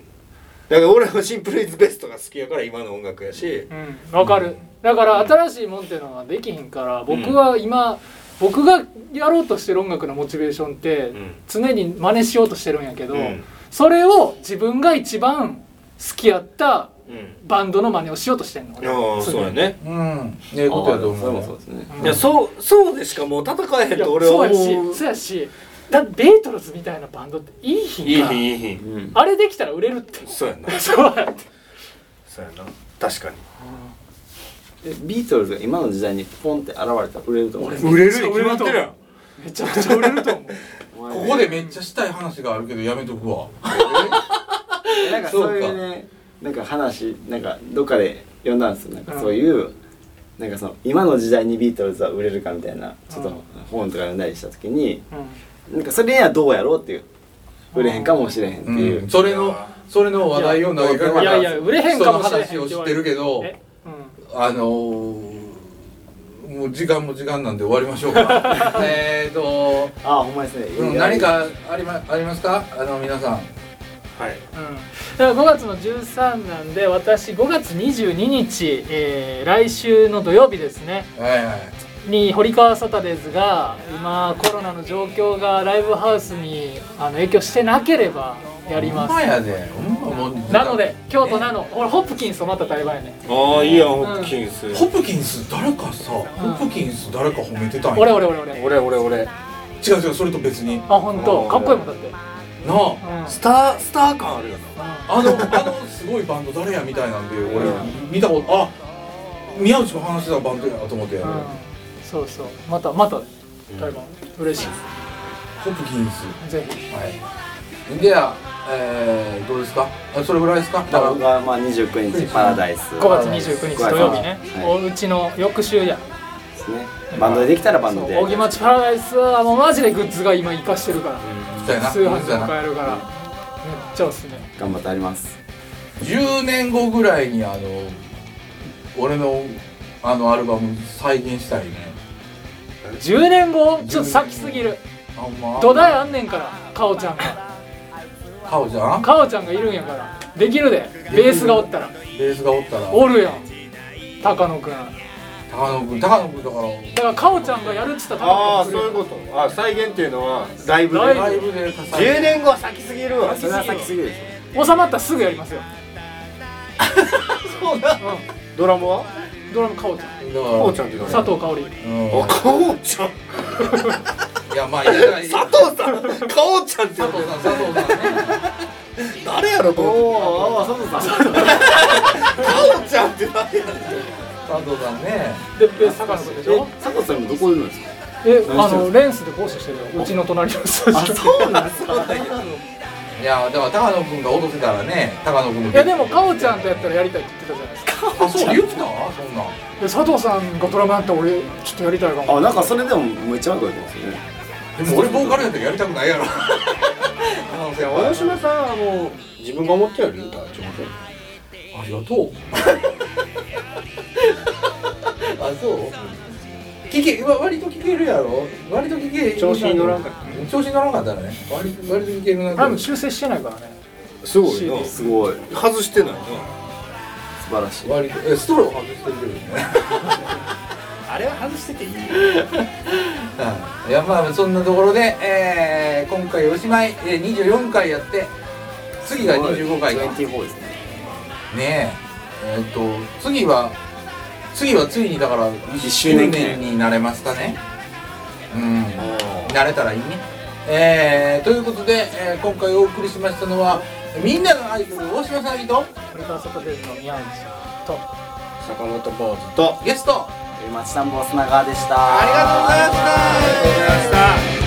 [SPEAKER 3] だから俺はシンプルイズベストが好きやから今の音楽やし
[SPEAKER 2] うんわかるだから新しいもんっていうのはできひんから僕は今、僕がやろうとしてる音楽のモチベーションって
[SPEAKER 3] ん
[SPEAKER 2] 常に真似しようとしてるんやけど、
[SPEAKER 3] うん
[SPEAKER 2] それを自分が一番好きやった
[SPEAKER 5] うん
[SPEAKER 2] バンドの真似をしようとしてんの俺
[SPEAKER 5] ああそうやね
[SPEAKER 1] うんええことやと思う
[SPEAKER 4] も
[SPEAKER 1] ね
[SPEAKER 4] そうですね
[SPEAKER 5] いやそうそうでしかもう戦えへんと俺は思
[SPEAKER 2] そうや
[SPEAKER 5] う
[SPEAKER 2] しそうやしだってベートルズみたいなバンドっていい
[SPEAKER 5] い
[SPEAKER 2] 日
[SPEAKER 5] い
[SPEAKER 2] か
[SPEAKER 5] 日いい日
[SPEAKER 4] うん
[SPEAKER 2] あれできたら売れるって
[SPEAKER 5] そうやな
[SPEAKER 2] そうやって
[SPEAKER 5] そうやな確かに
[SPEAKER 4] えビートルズが今の時代にポンって現れたら売れると思う
[SPEAKER 5] 売れるに決まってるやん
[SPEAKER 2] めちゃくちゃ売れると思う
[SPEAKER 1] ここでめっちゃしたい話があるけどやめとくわ
[SPEAKER 4] なんかそういうねなんか話なんかどっかで読んだんですよなんかそういう、なんかその今の時代にビートルズは売れるかみたいなちょっ
[SPEAKER 2] うん
[SPEAKER 4] と本とか読んだりした時に
[SPEAKER 2] うん
[SPEAKER 4] なんかそれにはどうやろうっていう売れへんかもしれへんっていう、
[SPEAKER 1] それのそれの話題を投げかけた
[SPEAKER 2] いやいや売れへんかもしれへん
[SPEAKER 1] 人の話を知ってるけど
[SPEAKER 2] えうん
[SPEAKER 1] あのーもう時間も時間なんで終わりましょう かえーと、
[SPEAKER 4] ああほんまですね、
[SPEAKER 1] うん、何かあり,、ま、ありますかあの皆さん
[SPEAKER 5] はい
[SPEAKER 2] うんだから5月の13なんで私5月22日、えー来週の土曜日ですね
[SPEAKER 1] はいはい
[SPEAKER 2] に堀川サタデーズが今コロナの状況がライブハウスにあの影響してなければやりま
[SPEAKER 1] ほ
[SPEAKER 2] す
[SPEAKER 1] んまやでほんまもう
[SPEAKER 2] なので京都なの俺ホップキンスとまた対話やね
[SPEAKER 5] ああいいやんホップキンス
[SPEAKER 1] ホップキンス誰かさ、ホップキンス誰か褒めてたんや
[SPEAKER 2] 俺俺俺俺
[SPEAKER 5] 俺俺俺
[SPEAKER 1] 違う違うそれと別にな
[SPEAKER 2] あ本当かっこいいもんだって、うん、
[SPEAKER 1] あ
[SPEAKER 5] スタースター感あるよな
[SPEAKER 1] あのあのすごいバンド誰やみたいなんで俺見たことあ宮内も話してたバンドやと思って、
[SPEAKER 2] うん
[SPEAKER 1] ホ
[SPEAKER 2] そうそうまたまた対話嬉し
[SPEAKER 1] ップキンス
[SPEAKER 2] いぜひ
[SPEAKER 1] はい。では、えー、どうですか。あそれぐらいですか。
[SPEAKER 4] まあ僕はまあ29日パラダイス
[SPEAKER 2] 5月29日土曜日ね、
[SPEAKER 4] は
[SPEAKER 2] お
[SPEAKER 4] い
[SPEAKER 2] うちの翌週や
[SPEAKER 4] ですねバンドでできたらバンドで
[SPEAKER 2] 小木町パラダイスはもうマジでグッズが今活かしてるから
[SPEAKER 1] そうやな。
[SPEAKER 2] 通販
[SPEAKER 1] そう
[SPEAKER 2] で
[SPEAKER 1] や
[SPEAKER 2] も
[SPEAKER 1] な。
[SPEAKER 2] 買えるからめっちゃおすすめ
[SPEAKER 4] 頑張ってあります
[SPEAKER 1] 10年後ぐらいにあの俺のあのアルバム再現したいね。
[SPEAKER 2] 10年後ちょっと先すぎる
[SPEAKER 1] あほんま。
[SPEAKER 2] 土台あんねんからかおちゃんが
[SPEAKER 1] 顔じゃん。
[SPEAKER 2] かおちゃんがいるんやからできるでベースがおったら
[SPEAKER 1] ベースがおったら。
[SPEAKER 2] おるやん高野くんだか
[SPEAKER 1] 高野君、高野君だから
[SPEAKER 2] らかおちゃんがやるっつったら
[SPEAKER 5] ああそ
[SPEAKER 2] 高野
[SPEAKER 5] う
[SPEAKER 2] くん来る
[SPEAKER 5] いうことあ再現っていうのはライブで
[SPEAKER 2] ライブ
[SPEAKER 1] ライブで再現
[SPEAKER 5] 10年後は先すぎるわ
[SPEAKER 4] それは先すぎるでし
[SPEAKER 2] 収まったらすぐやりますよ
[SPEAKER 5] ドラムは
[SPEAKER 2] ドラムかおちゃん
[SPEAKER 1] だから。
[SPEAKER 5] こうちゃんって
[SPEAKER 2] 佐藤香織
[SPEAKER 1] うん
[SPEAKER 5] あかおちゃん
[SPEAKER 1] いやまあいやいや
[SPEAKER 5] 佐藤さんかおちゃんって
[SPEAKER 1] 佐藤さん佐藤さんね。
[SPEAKER 5] 誰やろと思ってかおちゃんって誰やろ
[SPEAKER 1] 佐藤さんね。
[SPEAKER 2] でベース高野くんでし
[SPEAKER 4] ょ
[SPEAKER 2] ょ
[SPEAKER 4] え佐藤さんもどこいるんですか
[SPEAKER 2] えあのレンスで講師してるようちの隣のスタジオ
[SPEAKER 4] そうなんですか
[SPEAKER 1] いやだから高野君が踊ってたらね、高野君も。
[SPEAKER 2] いやでもかおちゃんとやったらやりたいって言ってたじゃないですか
[SPEAKER 1] あそう言った？そんな。
[SPEAKER 2] で佐藤さんがドラムやったら俺ちょっとやりたいかも
[SPEAKER 4] あなんかそれでもめっちゃ悪いと思うんですよね
[SPEAKER 1] でも俺ボーカルやったらやりたくないやろ。
[SPEAKER 5] いや大島さんはもう自分が思ったより歌上手
[SPEAKER 1] ありがとう。 あ、そう。聞け、わ割と聞けるやろ。割と聞け。
[SPEAKER 5] 調子に乗らんかっ
[SPEAKER 1] った。調子に乗らんかったね。割と割と聞けるなと
[SPEAKER 2] 多分修正してないからね
[SPEAKER 5] すごいな
[SPEAKER 4] すごい
[SPEAKER 5] 外してないな
[SPEAKER 4] 素晴らしい
[SPEAKER 1] 割とえストロー外してるけどね。
[SPEAKER 5] あれは外してていい
[SPEAKER 1] うんいやまあそんなところで、えー、今回おしまい、えー、24回やって次が25回かね
[SPEAKER 4] 24ですね
[SPEAKER 1] ええーっと次は次はついにだから1
[SPEAKER 4] 1
[SPEAKER 1] 周
[SPEAKER 4] 周
[SPEAKER 1] 年
[SPEAKER 4] 年
[SPEAKER 1] になれますかねうんなれたらいいねえー、ということで、えー今回お送りしましたのはみんなのアイドル大島さんと
[SPEAKER 2] これからそこでの宮内さんと
[SPEAKER 5] 坂本坊主と
[SPEAKER 1] ゲスト
[SPEAKER 4] えー町田も砂川でした
[SPEAKER 1] ありがとうございました
[SPEAKER 5] ありがとうございました